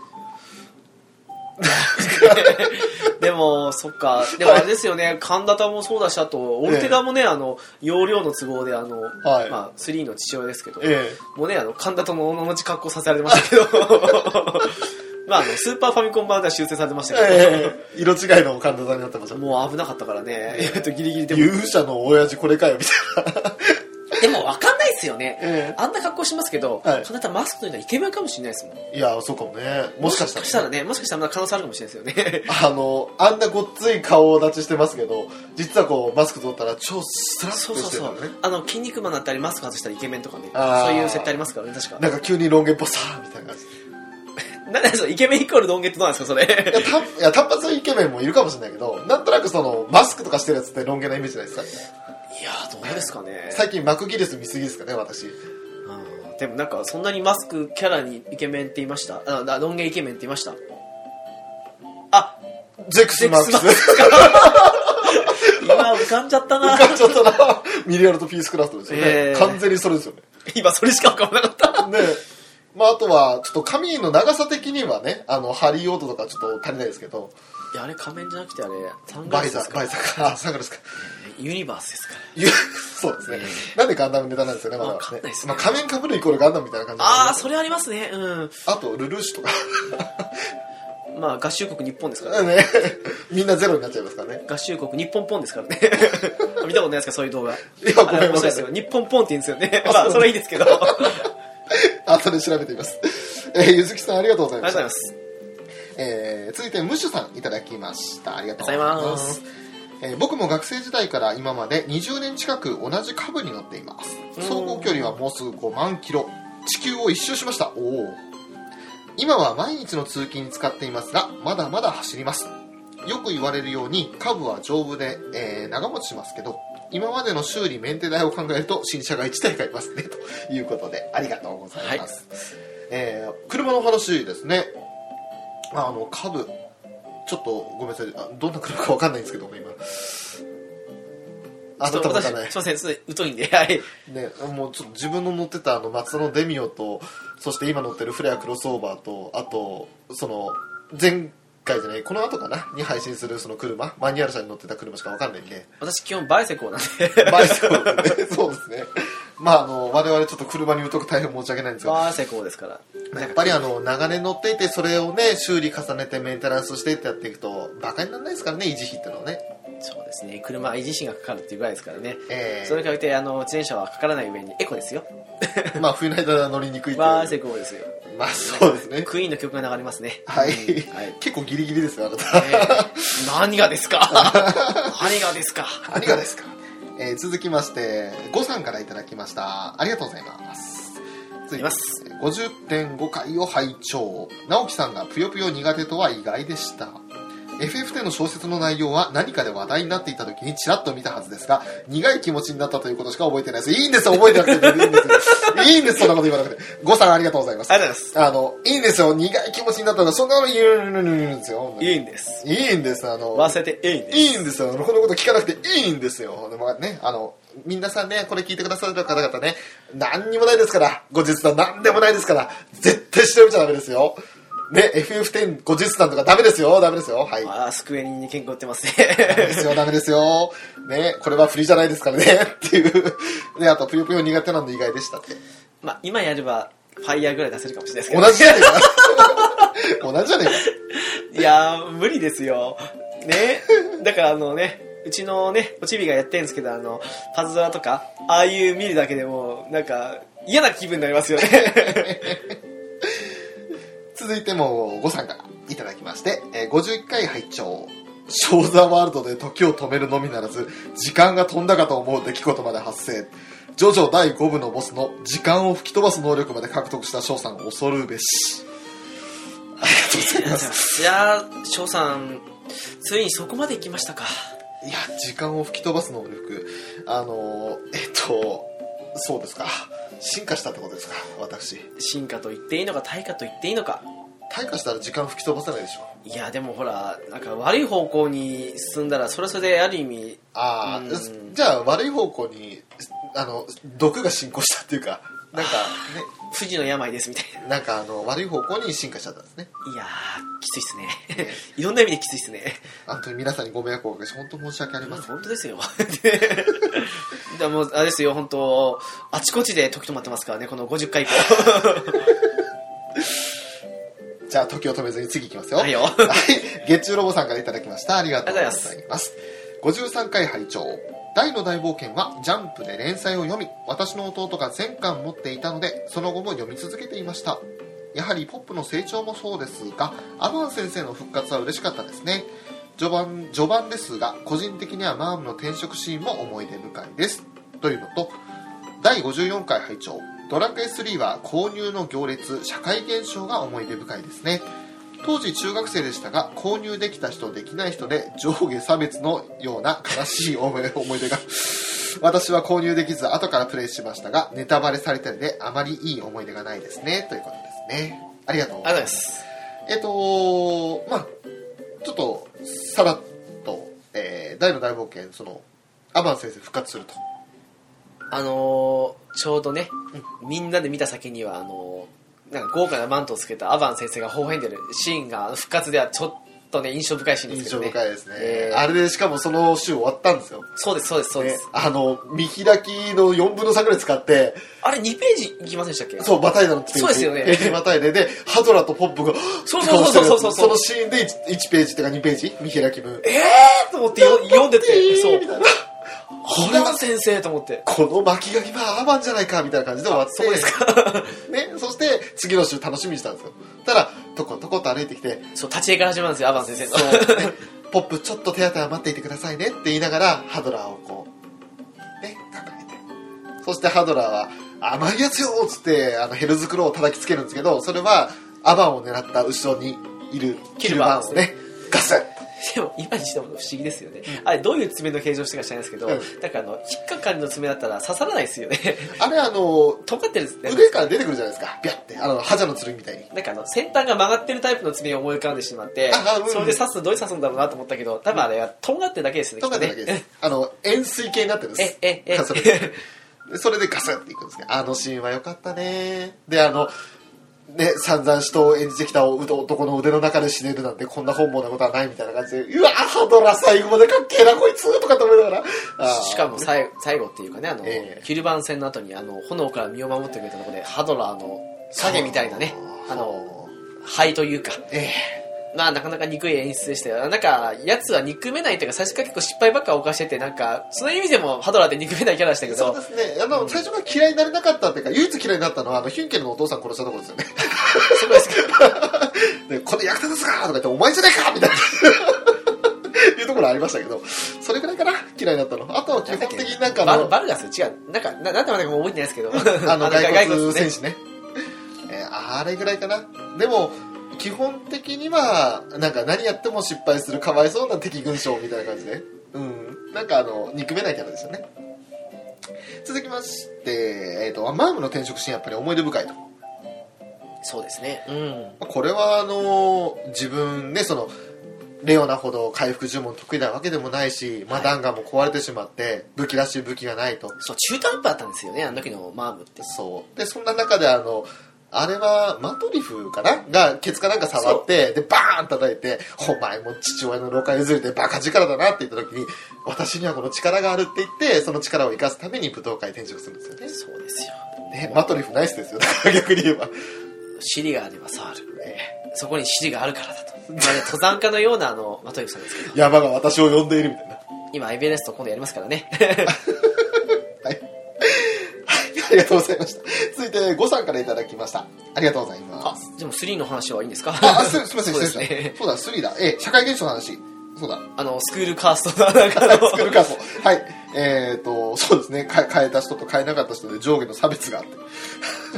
でもそっかでもあれですよね、神田田もそうだしあとオルテガもね、あの容量の都合であの、はいまあ、3の父親ですけど、えもうね、あの、神田との同じ格好させられましたけど、 まあ、あの、スーパーファミコン版では修正されてましえたけど、ええ色違いの神田さんになってましたもう危なかったからね、えっと、ギリギリでも。勇者の親父これかよみたいなでも、わかんないですよね。えあんな格好しますけど、はい神田とマスクというのはイケメンかもしれないですもん。えいやそうかもねもしかしたらね、らね、もしかしたらまだ可能性あるかもしれないですよね。あのあんなごっつい顔立ちしてますけど実はこうマスク取ったら超スラッそうとそうしてるそのうね。あの、筋肉マンだったり、マスク外したらイケメンとかね、あーそういう設定ありますからね、確か。なんか急にロン毛ボサーみたいな感じなんでそのイケメンイコールドンゲットなんですか、そいやれ。単いや単発のイケメンもいるかもしれないけどなんとなくそのマスクとかしてるやつってロン毛なイメージないですかいやーどうですかね最近マクギレス見すぎですかね私うんでもなんかそんなにマスクキャラにイケメンって言いましたああロン毛イケメンって言いましたあゼクスマッゼククス 今浮かんじゃったなちょっとなミリアルとピースクラフトですよね、ええ完全にそれですよね 今それしか浮かばなかったねまあ、あとはちょっと髪の長さ的にはねあのハリー・オートとかちょっと足りないですけどいやあれ仮面じゃなくてあれサングラバイスザですーかバらイザーかあサングラスかユニバースですからいやそうですね、なんでガンダムネタなんですよねまだわかんないですねまあ、仮面かぶるイコールガンダムみたいな感じなんあであそれありますねうんあとルルーシュとか まあ合衆国日本ですからねねみんなゼロになっちゃいますからね合衆国日本ポンです からね見たことないですかそういう動画いやごめんあれ面白いですよ日本ポンって言うんですよねまあそれはいいです けどありがとう後で調べてみます、えー、ゆずきさんありがとうございまごしたざいますえー続いてムシュさんいただきましたありがとうございありがとうまございますすえー僕も学生時代から今まで20年近く同じ株に乗っていますうん走行距離はもうすぐ5万キロ地球を一周しましたおお今は毎日の通勤に使っていますがまだまだ走りますよく言われるように株は丈夫で、えー長持ちしますけど今までの修理メンテ代を考えると新車が1台買いますねということでありがとうございます、えー車の話ですねあの株ちょっとごめんなさいあどんな車かわかんないんですけども今あなちょったともわ私すかんいないませんすい疎いんではいね、もうちょっと自分の乗ってたあの松田のデミオとそして今乗ってるフレアクロスオーバーとあとその前回じゃないこの後かなに配信するその車マニュアル車に乗ってた車しかわかんないんで私基本バイセコーなんでまあそうですねそうですねまああの我々ちょっと車に疎く大変申し訳ないんですがバイセコーですからやっぱりあの長年乗っていてそれをね修理重ねてメンテナンスしてってやっていくとバカにならないですからね維持費ってのはねそうですね車は維持費がかかるっていうぐらいですからね、ええそれに比べてあの自転車はかからない上にエコですよまあ冬の間は乗りにくいっていうバーセコーですよまあそうですねクイーンの曲が流れますねはい、うんはい結構ギリギリですよあな たえー何がです か何がですかありがですか、えー続きまして5さんからいただきましたありがとうございます続いてます50.5回を拝聴直樹さんがぷよぷよ苦手とは意外でした FF10 の小説の内容は何かで話題になっていた時にちらっと見たはずですが苦い気持ちになったということしか覚えてないですいいんですよ覚えてなくていいんですよいいんですそんなこと言わなくて5さんありがとうございますありがとうございますあのいいんですよ苦い気持ちになったらそんなの言うんですよいいんですいいんですあの忘れていいんですいいんですよ。このこと聞かなくていいんですよ。でもね、あの、皆さんね、これ聞いてくださってる方々ね、何にもないですから、後日談何でもないですから、絶対調べちゃダメですよ。ね、FF10 後日談とかダメですよ、ダメですよ。はい。ああスクエニに健康売ってますねダメですよ、ダメですよ。ね、これは振りじゃないですからね、っていう。ね、あと、ぷよぷよ苦手なんで意外でしたって。 まあ今やればファイヤーぐらい出せるかもしれないですけ同どじじゃねえか。同じじゃねえか。いやー、無理ですよ。ね。だからあのね、うちのね、おちびがやってるんですけど、あの、パズドラとか、ああいう見るだけでも、なんか、嫌な気分になりますよね。続いても5さんからいただきまして、えー51回拝聴ショーザワールドで時を止めるのみならず時間が飛んだかと思う出来事まで発生ジョジョ第5部のボスの時間を吹き飛ばす能力まで獲得した翔さん恐るべしありがとうございますいやー、翔さん、ついにそこまで行きましたか。いや時間を吹き飛ばす能力あのーえっとそうですか進化したってことですか私進化と言っていいのか、対価と言っていいのか。退化したら時間吹き飛ばせないでしょいや、でもほら、なんか悪い方向に進んだら、それはそれである意味、ああうんじゃあ悪い方向にあの毒が進行したっていうかなんか不治の病ですみたいな。ねなんかあの悪い方向に進化しちゃったんですねいやー、きついっすね。 いろんな意味できついっすね。本当に皆さんにご迷惑をおかけして本当申し訳ありません本当ですよ。 でもうあれですよ、本当あちこちで時止まってますからね、この50回以 降。じゃあ時を止めずに次いきますよはいよはい月中ロボさんからいただきましたありがとうございますあり53回拝聴大の大冒険はジャンプで連載を読み私の弟が全巻持っていたのでその後も読み続けていましたやはりポップの成長もそうですがアバン先生の復活は嬉しかったですね序盤序盤ですが個人的にはマームの転職シーンも思い出深いですというのと第54回拝聴ドラクエ3は購入の行列社会現象が思い出深いですね当時中学生でしたが購入できた人できない人で上下差別のような悲しい思い思い出が 私は購入できず後からプレイしましたがネタバレされたりであまりいい思い出がないですねということですねありがとうごありがとうございざいまますす。えっとまあちょっとさらっと、えー大の大冒険そのアバン先生復活するとあのーちょうどね、みんなで見た先には、あのーなんか豪華なマントをつけたアバン先生が微笑んでるシーンが復活ではちょっとね、印象深いシーンです印けど象ね。深いですね、えーあれでしかもその週終わったんですよそうです、そうです、そうです。ねあの見開きの4分の3ぐらい使ってあれ、2ページいきませんでしたっけそう、バタイダのっていそうですよねページまたいで、で、ハドラーとポップが、そうそうそうそうそうそのシーンで 1, ページとか2ページ見開き分。えーと思ってよ読んでて、そうみ。たいなこれは先生と思って。この巻き書きはアバンじゃないか、みたいな感じで終わって。そうですか。ね、そして、次の週楽しみにしたんですよ。たら、とことこと歩いてきて、そう、立ち絵から始まるんですよ、アバン先生の。ね ポップちょっと手当ては待っていてくださいねって言いながら、ハドラーをこう、ね、抱えて。そしてハドラーは、甘いやつよっつって、あの、ヘルズクローを叩きつけるんですけど、それは、アバンを狙った後ろにいるキキルルババンンをね、ガスッ でも今にしても不思議ですよね、あれどういう爪の形状してるか知らないですけど、うんだからあの引っかかりの爪だったら刺さらないですよねあれあの、尖ってるんですね腕から出てくるじゃないですか。ビャって。あの、覇者の剣みたいに。なんかあの先端が曲がってるタイプの爪を思い浮かんでしまってああうんそれで刺すのどう刺すんだろうなと思ったけど多分あれは尖ってるだけですよねとかでだけです。 あの、円錐形になってるんです。えええガスッでそれでガスッっていくんですけど、あのシーンは良かったね。で、あの、ね、散々人を演じてきた男の腕の中で死ねるなんてこんな本望なことはないみたいな感じで、うわハドラー最後までかっけえなこいつとかと思いながら。あーしかも最最後っていうかねあの、ええキルバン戦の後にあの炎から身を守ってくれたところでハドラーの影みたいなねそうあの灰というかえまあなかなか憎い演出でしたよ。なんか、やつは憎めないというか、最初から結構失敗ばっか犯してて、なんか、その意味でもハドラーって憎めないキャラでしたけえそうどで、すね。あの、最初から嫌いになれなかったっていうか、唯一嫌いになったのは、あの、ヒュンケルのお父さん殺したところです よね。すごいですけど、 でこの役立たずかとか言って、お前じゃないかみたいな。 いうところありましたけど、それぐらいかな嫌いになったの。あとは基本的になんかバあルの、バルガス違う。なんか、ななんて名前かもう覚えてないですけど、 あの外骨ね選手ね、えーあれぐらいかなでも基本的にはなんか何やっても失敗するかわいそうな敵軍将みたいな感じでうんなんかあの憎めないキャラですよね続きまして、えー、とマームの転職シーンやっぱり思い出深いとそうですね。うん。これはあの自分ねそのレオナほど回復呪文得意なわけでもないし、マダンガも壊れてしまって武器らしい武器がないとそう、中途半端だったんですよね、あの時のマームって。そうでそんな中であのあれはマトリフかながケツかなんか触ってでバーン叩いて「お前も父親の廊下譲りでバカ力だな」って言った時に「私にはこの力がある」って言ってその力を生かすために武道会転職するんですよねそうですよ。ねマトリフナイスですよだ から逆に言えば尻があれば触る。そこに尻があるからだと。まあね登山家のような、あの、マトリフさんですけど、山が私を呼んでいるみたいな 今、エベレスト今度やりますからね。ありがとうございました続いて5さんからいただきましたありがとうございます でも、3の話はいいんですかあ、あすすみません、そうです失礼しましねた。。そうだ、スリーだ。えー、社会現象の話。そうだ。あの、スクールカーストのなんかの作るかも。はい。えっ、と、そうですね。か変えた人と変えなかった人で上下の差別があって。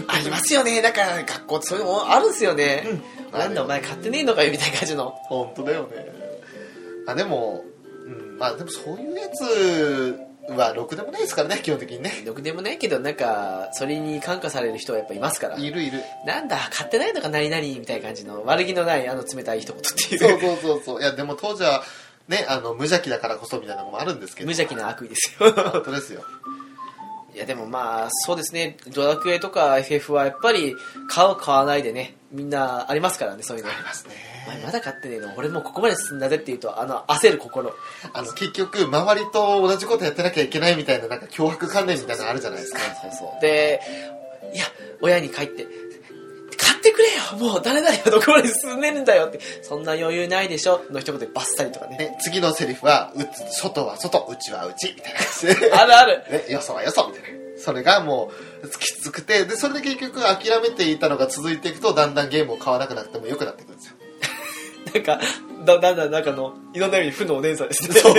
ありますよね。だから、学校ってそういうのもあるんですよね。なんだお前買ってねえのかよ、みたいな感じの。本当だよね。あ、でも、うん、まあでもそういうやつはろくでもないですからね、基本的にね。ろくでもないけど、なんか、それに感化される人はやっぱいますから。いるいる。なんだ、買ってないのか、何々、みたいな感じの、悪気のない、あの、冷たい一言っていう。そうそうそうそう。いや、でも当時は、ね、あの、無邪気だからこそみたいなのもあるんですけど。無邪気な悪意ですよ 本。当ですよ。いや、でもまあ、そうですね。ドラクエとか FF はやっぱり、買う、買わないでね、みんなありますからね、そういうの。ありますね。お前まだ買ってねえの俺もうここまで進んだぜっていうと、あの、焦る心。あの、結局、周りと同じことやってなきゃいけないみたいな、なんか脅迫観念みたいなのあるじゃないですか。そうそうそうでいや親に帰って買ってくれよもう誰々がどこまで進んでるんだよってそんな余裕ないでしょの一言でバッサリとかねね、次のセリフは、うつ外は外、うちはうち、みたいな感じで。あるあるね、よそはよそみたいな。それがもう、きつくて、で、それで結局諦めていたのが続いていくと、だんだんゲームを買わなくなっても良くなってくるんですよ。 なんかだだんだんなんかのいろんな意味で負のお姉さんですね そう、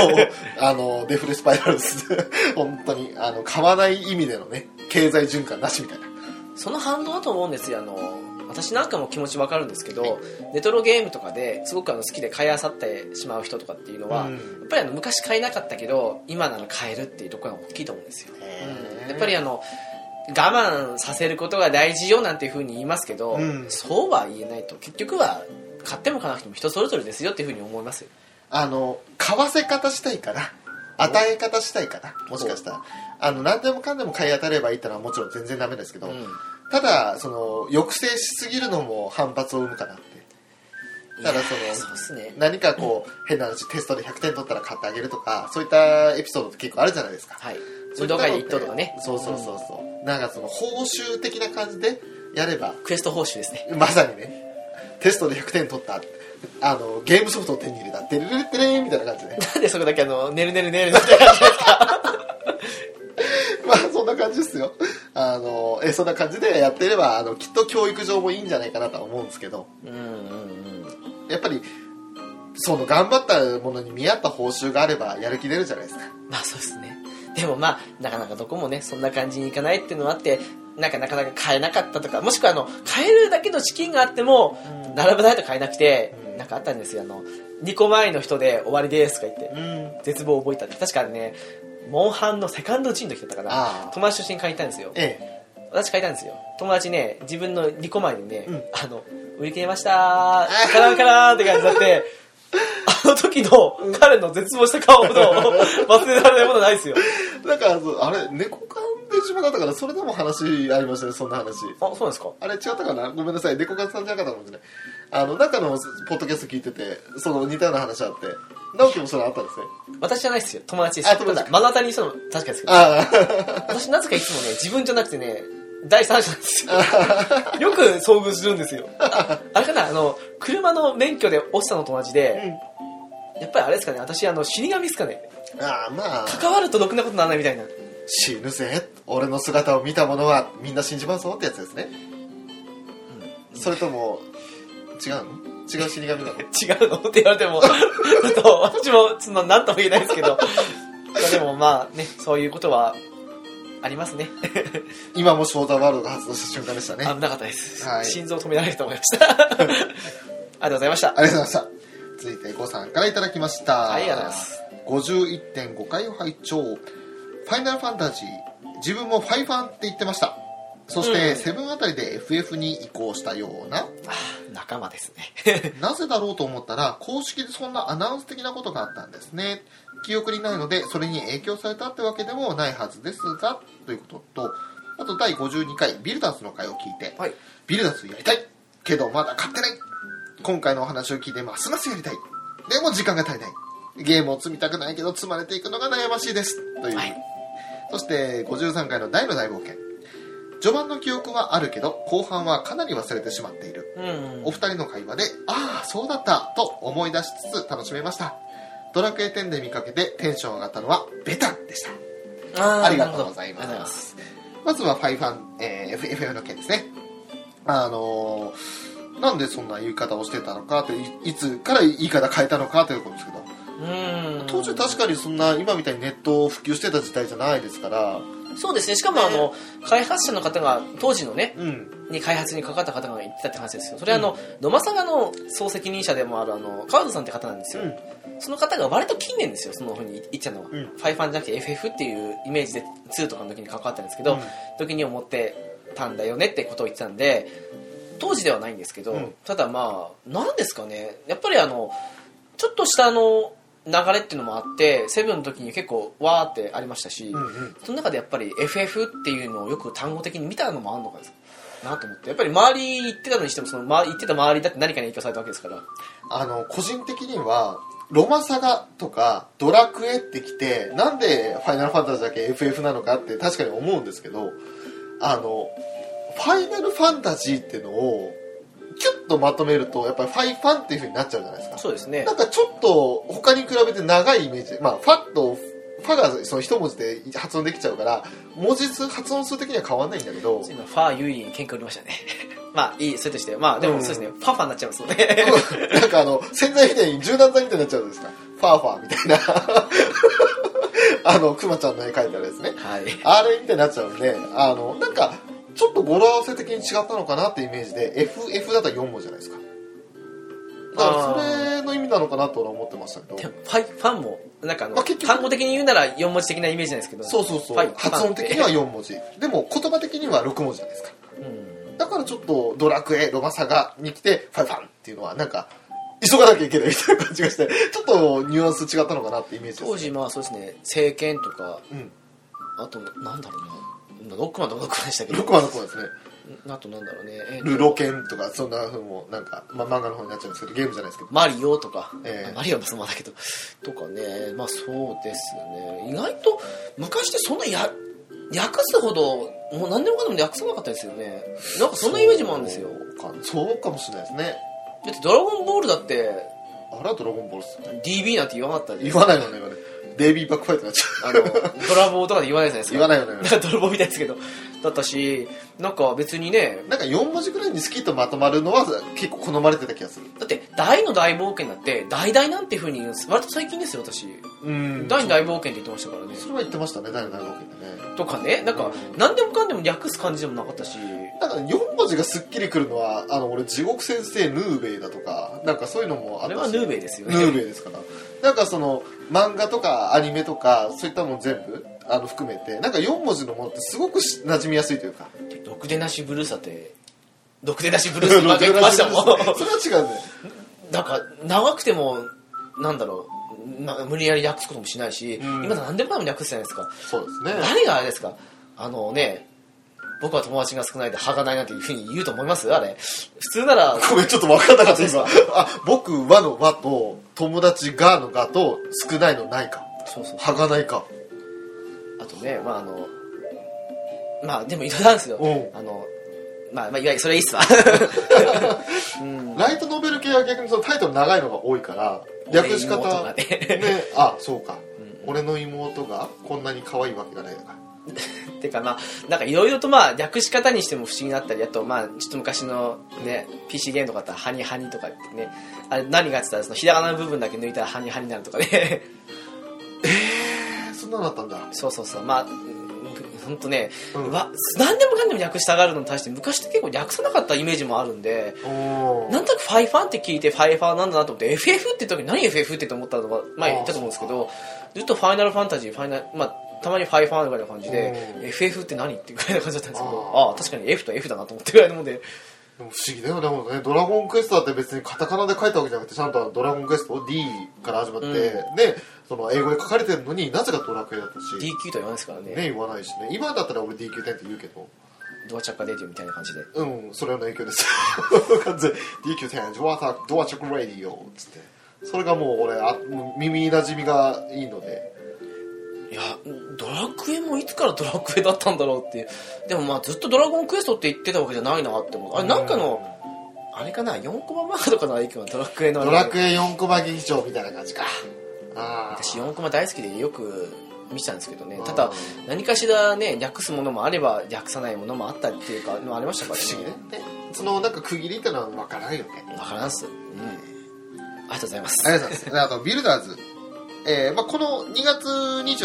あの、デフレス パイラルです。本当に、あの、買わない意味でのね、経済循環なしみたいな。その反応だと思うんですよあの私なんかも気持ちわかるんですけどレトロゲームとかですごくあの好きで買い漁ってしまう人とかっていうのは、うんやっぱりあの昔買えなかったけど今なら買えるっていうところが大きいと思うんですよ、うんやっぱりあの我慢させることが大事よなんていうふうに言いますけど、うんそうは言えないと結局は買っても買わなくても人それぞれですよっていうふうに思いますよあの買わせ方したいから与え方したいからもしかしたらあの何でもかんでも買い当たればいいってのはもちろん全然ダメですけど、うんただその抑制しすぎるのも反発を生むかなってだからそのいやーそうっすね何かこう変な話テストで100点取ったら買ってあげるとかそういったエピソードって結構あるじゃないですかはいそ運ういっ動たのって会で一等とかねそうそうそうそう、なんかその報酬的な感じでやればクエスト報酬ですねまさにねテストで100点取ったあのゲームソフトを手に入れたてれれてれーみたいな感じでなんでそこだけあのねるねるねるみたいなまあそんな感じですよあのえそんな感じでやっていればあのきっと教育上もいいんじゃないかなとは思うんですけどうんうんうんやっぱりその頑張ったものに見合った報酬があればやる気出るじゃないですかまあそうですねでもまあなかなかどこもねそんな感じにいかないっていうのはあってなんかなかなか買えなかったとかもしくはあの買えるだけの資金があってもうん並ばないと買えなくて、うんなんかあったんですよあの2個前の人で終わりですとか言って、ん絶望を覚えたって確かねモンハンのセカンド G の時だったかあなあ友達と一緒に買いに行ったんですよええ私書いたんですよ友達ね自分の2個前にね、うんあの売り切れましたーカランカラーンって感じだってあの時の彼の絶望した顔ほ ど忘れられないものないですよだからそうあれ猫缶でしまったからそれでも話ありましたねそんな話あそうなんですかあれ違ったかなごめんなさい猫缶さんじゃなかったかもしれないあの中のポッドキャスト聞いててその似たような話あって直樹もそれあったんですね私じゃないですよ友達ですあ友達ただ目の当たりにしたの確かですけどあ 私なぜかいつもね自分じゃなくてね第三者なんです よよく遭遇するんですよああれかなあの車の免許で落ちたの友達で、やっぱりあれですかね私あの死神ですかねあああまあ関わるとろくなことならないみたいな死ぬぜ俺の姿を見た者はみんな死んじまうぞってやつですね、それとも違うの違う死神なの違うのって言われても、ちょっと私もそんな何とも言えないですけど、まあでもまあね、そういうことはありますね。今もショーターワールドが発動した瞬間でしたね危ありなかったです。はい心臓止められると思いました。ありがとうございました。がとうございました続いて5さんからいただきましたはいありがとうございます51.5回を拝聴ファイナルファンタジー自分もファイファンって言ってましたそして、うんセブンあたりで FF に移行したようなあ仲間ですね。なぜだろうと思ったら公式でそんなアナウンス的なことがあったんですね記憶にないのでそれに影響されたってわけでもないはずですがということとあと第52回ビルダーズの回を聞いて、はいビルダーズやりたいけどまだ買ってない今回のお話を聞いてますますやりたいでも時間が足りないゲームを積みたくないけど積まれていくのが悩ましいですという、はいそして53回の大の大冒険序盤の記憶はあるけど後半はかなり忘れてしまっているうんお二人の会話で、ああ、そうだったと思い出しつつ楽しめました。ドラクエ10で見かけてテンション上がったのはベタンでした。あーありがとうございま。ありがとうございますまずはファイファン、えー、FFM の件ですね。あのーなんでそんな言い方をしてたのかといいつから言い方変えたのかということですけどうん。当時確かにそんな今みたいにネットを普及してた時代じゃないですからそうですね。しかもあの、開発者の方が、当時のね、うんに開発に関わった方が言ってたって話ですよ。それはあの、野間さがの総責任者でもあるあの、川野さんって方なんですよ。その方が割と近年ですよ、そのふうに言ってたのは。うんファイファンじゃなくて FF っていうイメージで2とかの時に関わったんですけど、うん時に思ってたんだよねってことを言ってたんで、当時ではないんですけど、うんただまあ、なんですかね、やっぱりあの、ちょっとしたあの、流れっていうのもあって、セブンの時に結構わーってありましたし、うんうんその中でやっぱり FF っていうのをよく単語的に見たのもあるのかなと思ってやっぱり周り行ってたのにしてもその周り行ってた周りだって何かに影響されたわけですからあの個人的にはロマサガとかドラクエってきてなんでファイナルファンタジーだけ FF なのかって確かに思うんですけどあのファイナルファンタジーっていうのをキュッとまとめるとやっぱりファイファンっていう風になっちゃうじゃないですかそうですねなんかちょっと他に比べて長いイメージまあファッとファがその一文字で発音できちゃうから文字数発音数的には変わんないんだけど今ファーユーリーに喧嘩売りましたね まあいいそれとしてまあでもそうですね、ファファになっちゃいますので なんかあの、潜在みたいに柔軟剤みたいになっちゃうんですか。ファーファーみたいな。 あの、クマちゃんの絵描いてあるですね。はいあれみたいになっちゃうんで、あの、なんか、ちょっと語呂合わせ的に違ったのかなってイメージで FF だったら4文字じゃないですかだあからーそれの意味なのかなと俺は思ってましたけでどもファイファンもなんかあの、まあ結局単語的に言うなら4文字的なイメージなんですけどそうそうそファうイ発音的には4文字でも言葉的には6文字じゃないですかうんだからちょっとドラクエロマサガに来てファイファンっていうのはなんか急がなきゃいけないみたいな感じがしてちょっとニュアンス違ったのかなってイメージです当時まあそうですね政権とかうんあとなんだろうなロックマンとかロックマンでしたけど6番の頃ですねあとなんだろうね、えーとルロケンとかそんな風もなんか、まあ、漫画の方になっちゃうんですけどゲームじゃないですけどマリオとか、ええあマリオもそうだけどとかねまあそうですね意外と昔ってそんなや訳すほどもう何でもかんでも訳さなかったですよねなんかそんなイメージもあるんですよそうかそうかもしれないですねだって「ドラゴンボール」だってあれはドラゴンボールっすね DB なんて言わなかったで言わないよね今ねデイビーバックファイトになっちゃあうのドラボーとかで言わないじゃないですか言わないよねなんか泥棒みたいですけどだったしなんか別にねなんか4文字くらいにスキッとまとまるのは結構好まれてた気がするだって大の大冒険だって大々なんていうふうに言うんです割と最近ですよ私うん大の大冒険って言ってましたからねそれは言ってましたね大の大冒険でねとかねなんかうん何でもかんでも略す感じでもなかったしなんか4文字がすっきりくるのはあの俺地獄先生ヌーベイだとかなんかそういうのもああっれたしはヌーベイですよねヌーベイですからなんかその漫画とかアニメとかそういったもの全部あの含めてなんか4文字のものってすごくし馴染みやすいというか毒でなしブルーサって毒でなしブルーサ って言ってましたもん それは違うねなんか長くてもなんだろうな無理やり略すこともしないし、うん今何でもかんでも略すじゃないですかそうですね誰があれですかあのね僕は友達が少ないで歯がないなんていうふうに言うと思いますあれ普通ならごめんちょっと分かんなかった今あ僕はの和と友達がのがと少ないのないかそうそうはがないかあとねまああのまあでもいろいろあるんですようんあのまあ、まあ、いわゆるそれいいっすわうんライトノベル系は逆にそのタイトル長いのが多いから略し方俺妹がねねあそうか、俺の妹がこんなに可愛いわけがないだからてかまあなんかいろいろとまあ略し方にしても不思議だったりあとまあちょっと昔のね PC ゲームとかだったら「ハニハニ」とかってねあれ何がって言ったらそのひらがなの部分だけ抜いたら「ハニハニ」になるとかね えーそんなのあったんだそうそうそうまあ本当ね、うんわ何でもかんでも略したがるのに対して昔って結構略さなかったイメージもあるんでおーなんとなくファイファンって聞いてファイファンなんだなと思って FF って時に何 FF って思ったのが前言ったと思うんですけどずっとファイナルファンタジーファイナルまあたまにファイファンぐらいの感じでうん FF って何っていうぐらいの感じだったんですけどあああ確かに F と F だなと思ってぐらいのもんででも不思議だよね、ほんとね。ドラゴンクエストだって別にカタカナで書いたわけじゃなくて、ちゃんとあのドラゴンクエスト D から始まって、うんで、その英語で書かれてるのになぜかドラクエだったし、 DQ とは言わないですからねね、言わないしね。今だったら俺 DQ10 って言うけど、ドアチャッカデートみたいな感じでうん、それの影響です。完全に DQ10、ドアタック、ドアチェックラディオ、つって。それがもう俺、あもう耳馴染みがいいので、いやドラクエもいつからドラクエだったんだろうっていうでもまあずっと「ドラゴンクエスト」って言ってたわけじゃないなって思うあれなんかのあれかな4コマ漫画とかの影響はドラクエのあれドラクエ4コマ劇場みたいな感じか。あ私あ。 4コマ大好きでよく見てたんですけどねうんただ何かしらね略すものもあれば略さないものもあったっていうかのありましたから不思議ねね。でそのなんか区切りってのはわからんよね。わからんっすうんありがとうございますありがとうございます。であと、ビルダーズ。えーまあ、この2月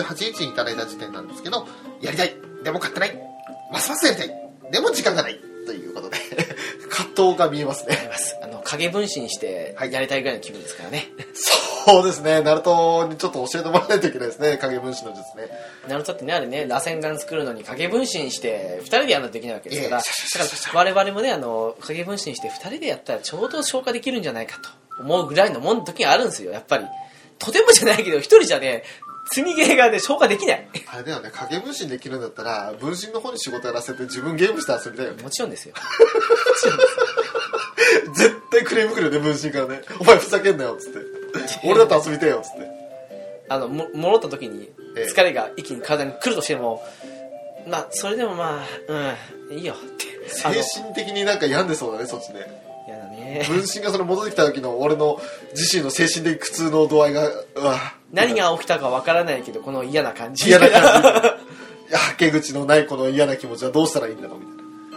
28日にいただいた時点なんですけど、やりたい。でも買ってない。ますますやりたい。でも時間がない。ということで、葛藤が見えますありね。ますあの影分身してはいやりたいぐらいの気分ですからね、 そうですね。ナルトにちょっと教えてもらわないといけないですね。影分身の術ね。ナルトってねあれね螺旋丸作るのに影分身して2人でやらないといけないわけですからいやだから我々もねあの影分身して2人でやったらちょうど消化できるんじゃないかと思うぐらいのもん時があるんですよやっぱりとてもじゃないけど1人じゃね積みゲーがね消化できないあれだよね。影分身できるんだったら、分身の方に仕事やらせて自分ゲームして遊びたいよね。もちろんですよ 絶対クレームくるよね、分身からね。お前ふざけんなよ、つって。 俺だって遊びたいよ、つって。あのも戻った時にええ疲れが一気に体に来るとしても、まあそれでもまあうんいいよってあの精神的になんか病んでそうだね、そっちね。嫌だね 分身がその戻ってきた時の俺の自身の精神的苦痛の度合いがうわ何が起きたかわからないけどこの嫌な感じ 嫌な感じいやはけ口のないこの嫌な気持ちはどうしたらいいんだろうみた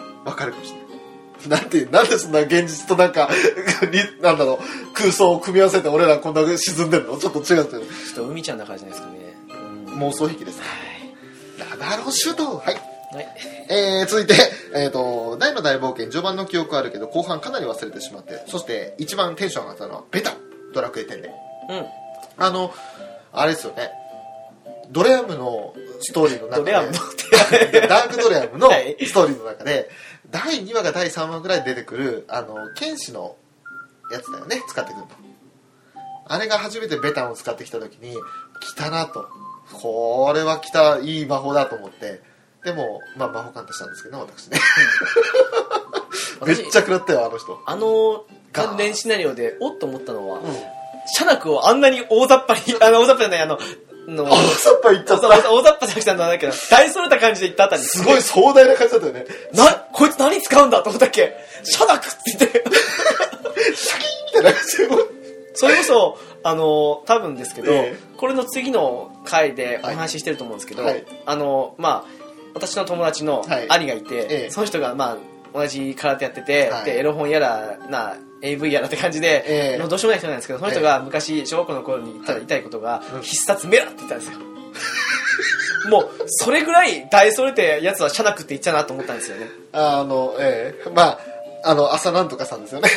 いなわかるかもしれないなんてなんでそんな現実となんかになんだろう空想を組み合わせて俺らこんな沈んでるのちょっと違うと ちょっと海ちゃんだからじゃないですかね、うん妄想癖ですかはラダーロシュートはいいはいえー続いて、えーと、大の大冒険、序盤の記憶はあるけど、後半かなり忘れてしまって、そして一番テンション上がったのは、ベタ、ドラクエ10で。うんあの、あれですよね、ドレアムのストーリーの中ドで、レアムの ダークドレアムのはいストーリーの中で、第2話か第3話ぐらいで出てくる、あの、剣士のやつだよね、使ってくると。あれが初めてベタンを使ってきた時に、来たなと。これは来た、いい魔法だと思って。でも、まあ魔法鑑定したんですけどね、私ね。め私っちゃ食らったよ、あの人。あの関連シナリオでおっと思ったのは、うん。シャナクをあんなに大雑把にあの大雑把じゃないあの のあ、さっぱいっちゃ大っ雑た。大雑把じゃなくてあのなんだけど大それた感じで言ったあたりすごい壮大な感じだったよね。なこいつ何使うんだと思ったっけシャナクって言ってシャキーンみたいな感じで。 それこそ、あの、多分ですけど、ええこれの次の回でお話ししてると思うんですけど、はいあの、まあ、私の友達のはい兄がいて、ええその人が、まあ、同じ空手やってて、はいでエロ本やらな AV やらって感じで、ええもうどうしようもない人なんですけどその人が昔小学校の頃に言った,、はいい、たいことが、うん必殺メラって言ったんですよもうそれぐらい大それてやつはシャナクって言っちゃなと思ったんですよねあの、ええまあ、あの、朝なんとかさんですよね。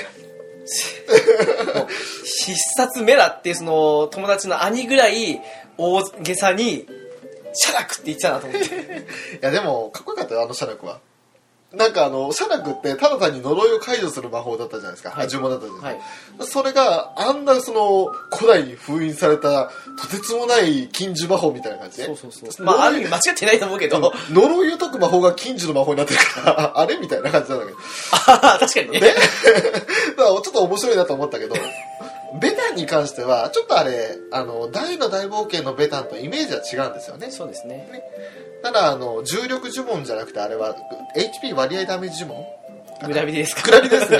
必殺メラっていうその友達の兄ぐらい大げさにシャラクって言ってたなと思っていやでもかっこよかったよあのシャラクはなんかあのシャラクってただ単に呪いを解除する魔法だったじゃないですか、はい呪文だったじゃないですか、それがあんなその古代に封印されたとてつもない禁呪魔法みたいな感じでまあある呪意い味間違ってないと思うけど呪いを解く魔法が禁呪の魔法になってるから あれみたいな感じなんだけどああ確かにね ねだからちょっと面白いなと思ったけどベタンに関してはちょっとあれあの大の大冒険のベタンとイメージは違うんですよねそうですねただあの重力呪文じゃなくてあれは HP 割合ダメージ呪文グラビデですかグラビで すね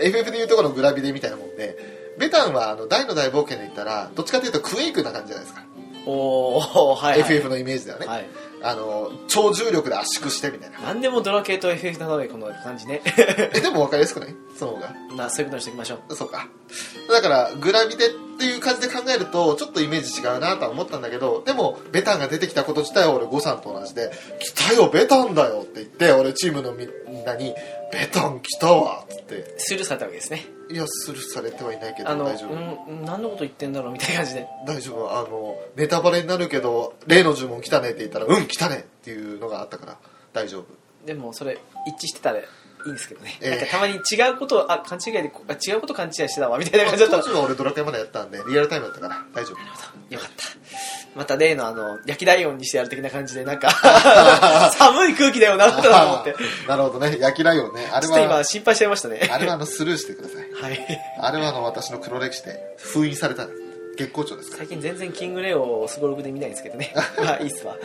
FF でいうところのグラビデみたいなもんでベタンはあの大の大冒険で言ったらどっちかというとクエイクな感じじゃないですか、おおはい、はい、 FF のイメージだよね、はいあの超重力で圧縮してみたいな何でもドラケーと FF なのでこの感じね えでも分かりやすくないその方がまあそういうことにしておきましょうそうかだからグラビデっていう感じで考えるとちょっとイメージ違うなとは思ったんだけどでもベタンが出てきたこと自体は俺ゴさんと同じで「来たよベタンだよ」って言って俺チームのみんなに「ベタン来たわ」っつってスルーされたわけですねいやスルーされてはいないけどあの大丈夫うん何のこと言ってんだろうみたいな感じで大丈夫あのネタバレになるけど例の呪文来たねって言ったらうん来たねっていうのがあったから大丈夫でもそれ一致してたらいいんですけどね、ええなんかたまに違うことをあ勘違いでこあ違うこと勘違いしてたわみたいなまあ感じだった当ら時は俺ドラクエまでやったんでリアルタイムだったから大丈夫よかった。また例のあの、焼き大音にしてやる的な感じで、なん か、寒い空気だ よな、とは思って。あーなるほどね焼きライオンねあれちょっとは今、心配しちゃいましたね。あれはあのスルーしてくださいはい。あれはあの私の黒歴史で封印されたんです月光町ですから最 近全然キングレオをスゴログで見ないんですけどね。まあ、いいっすわ。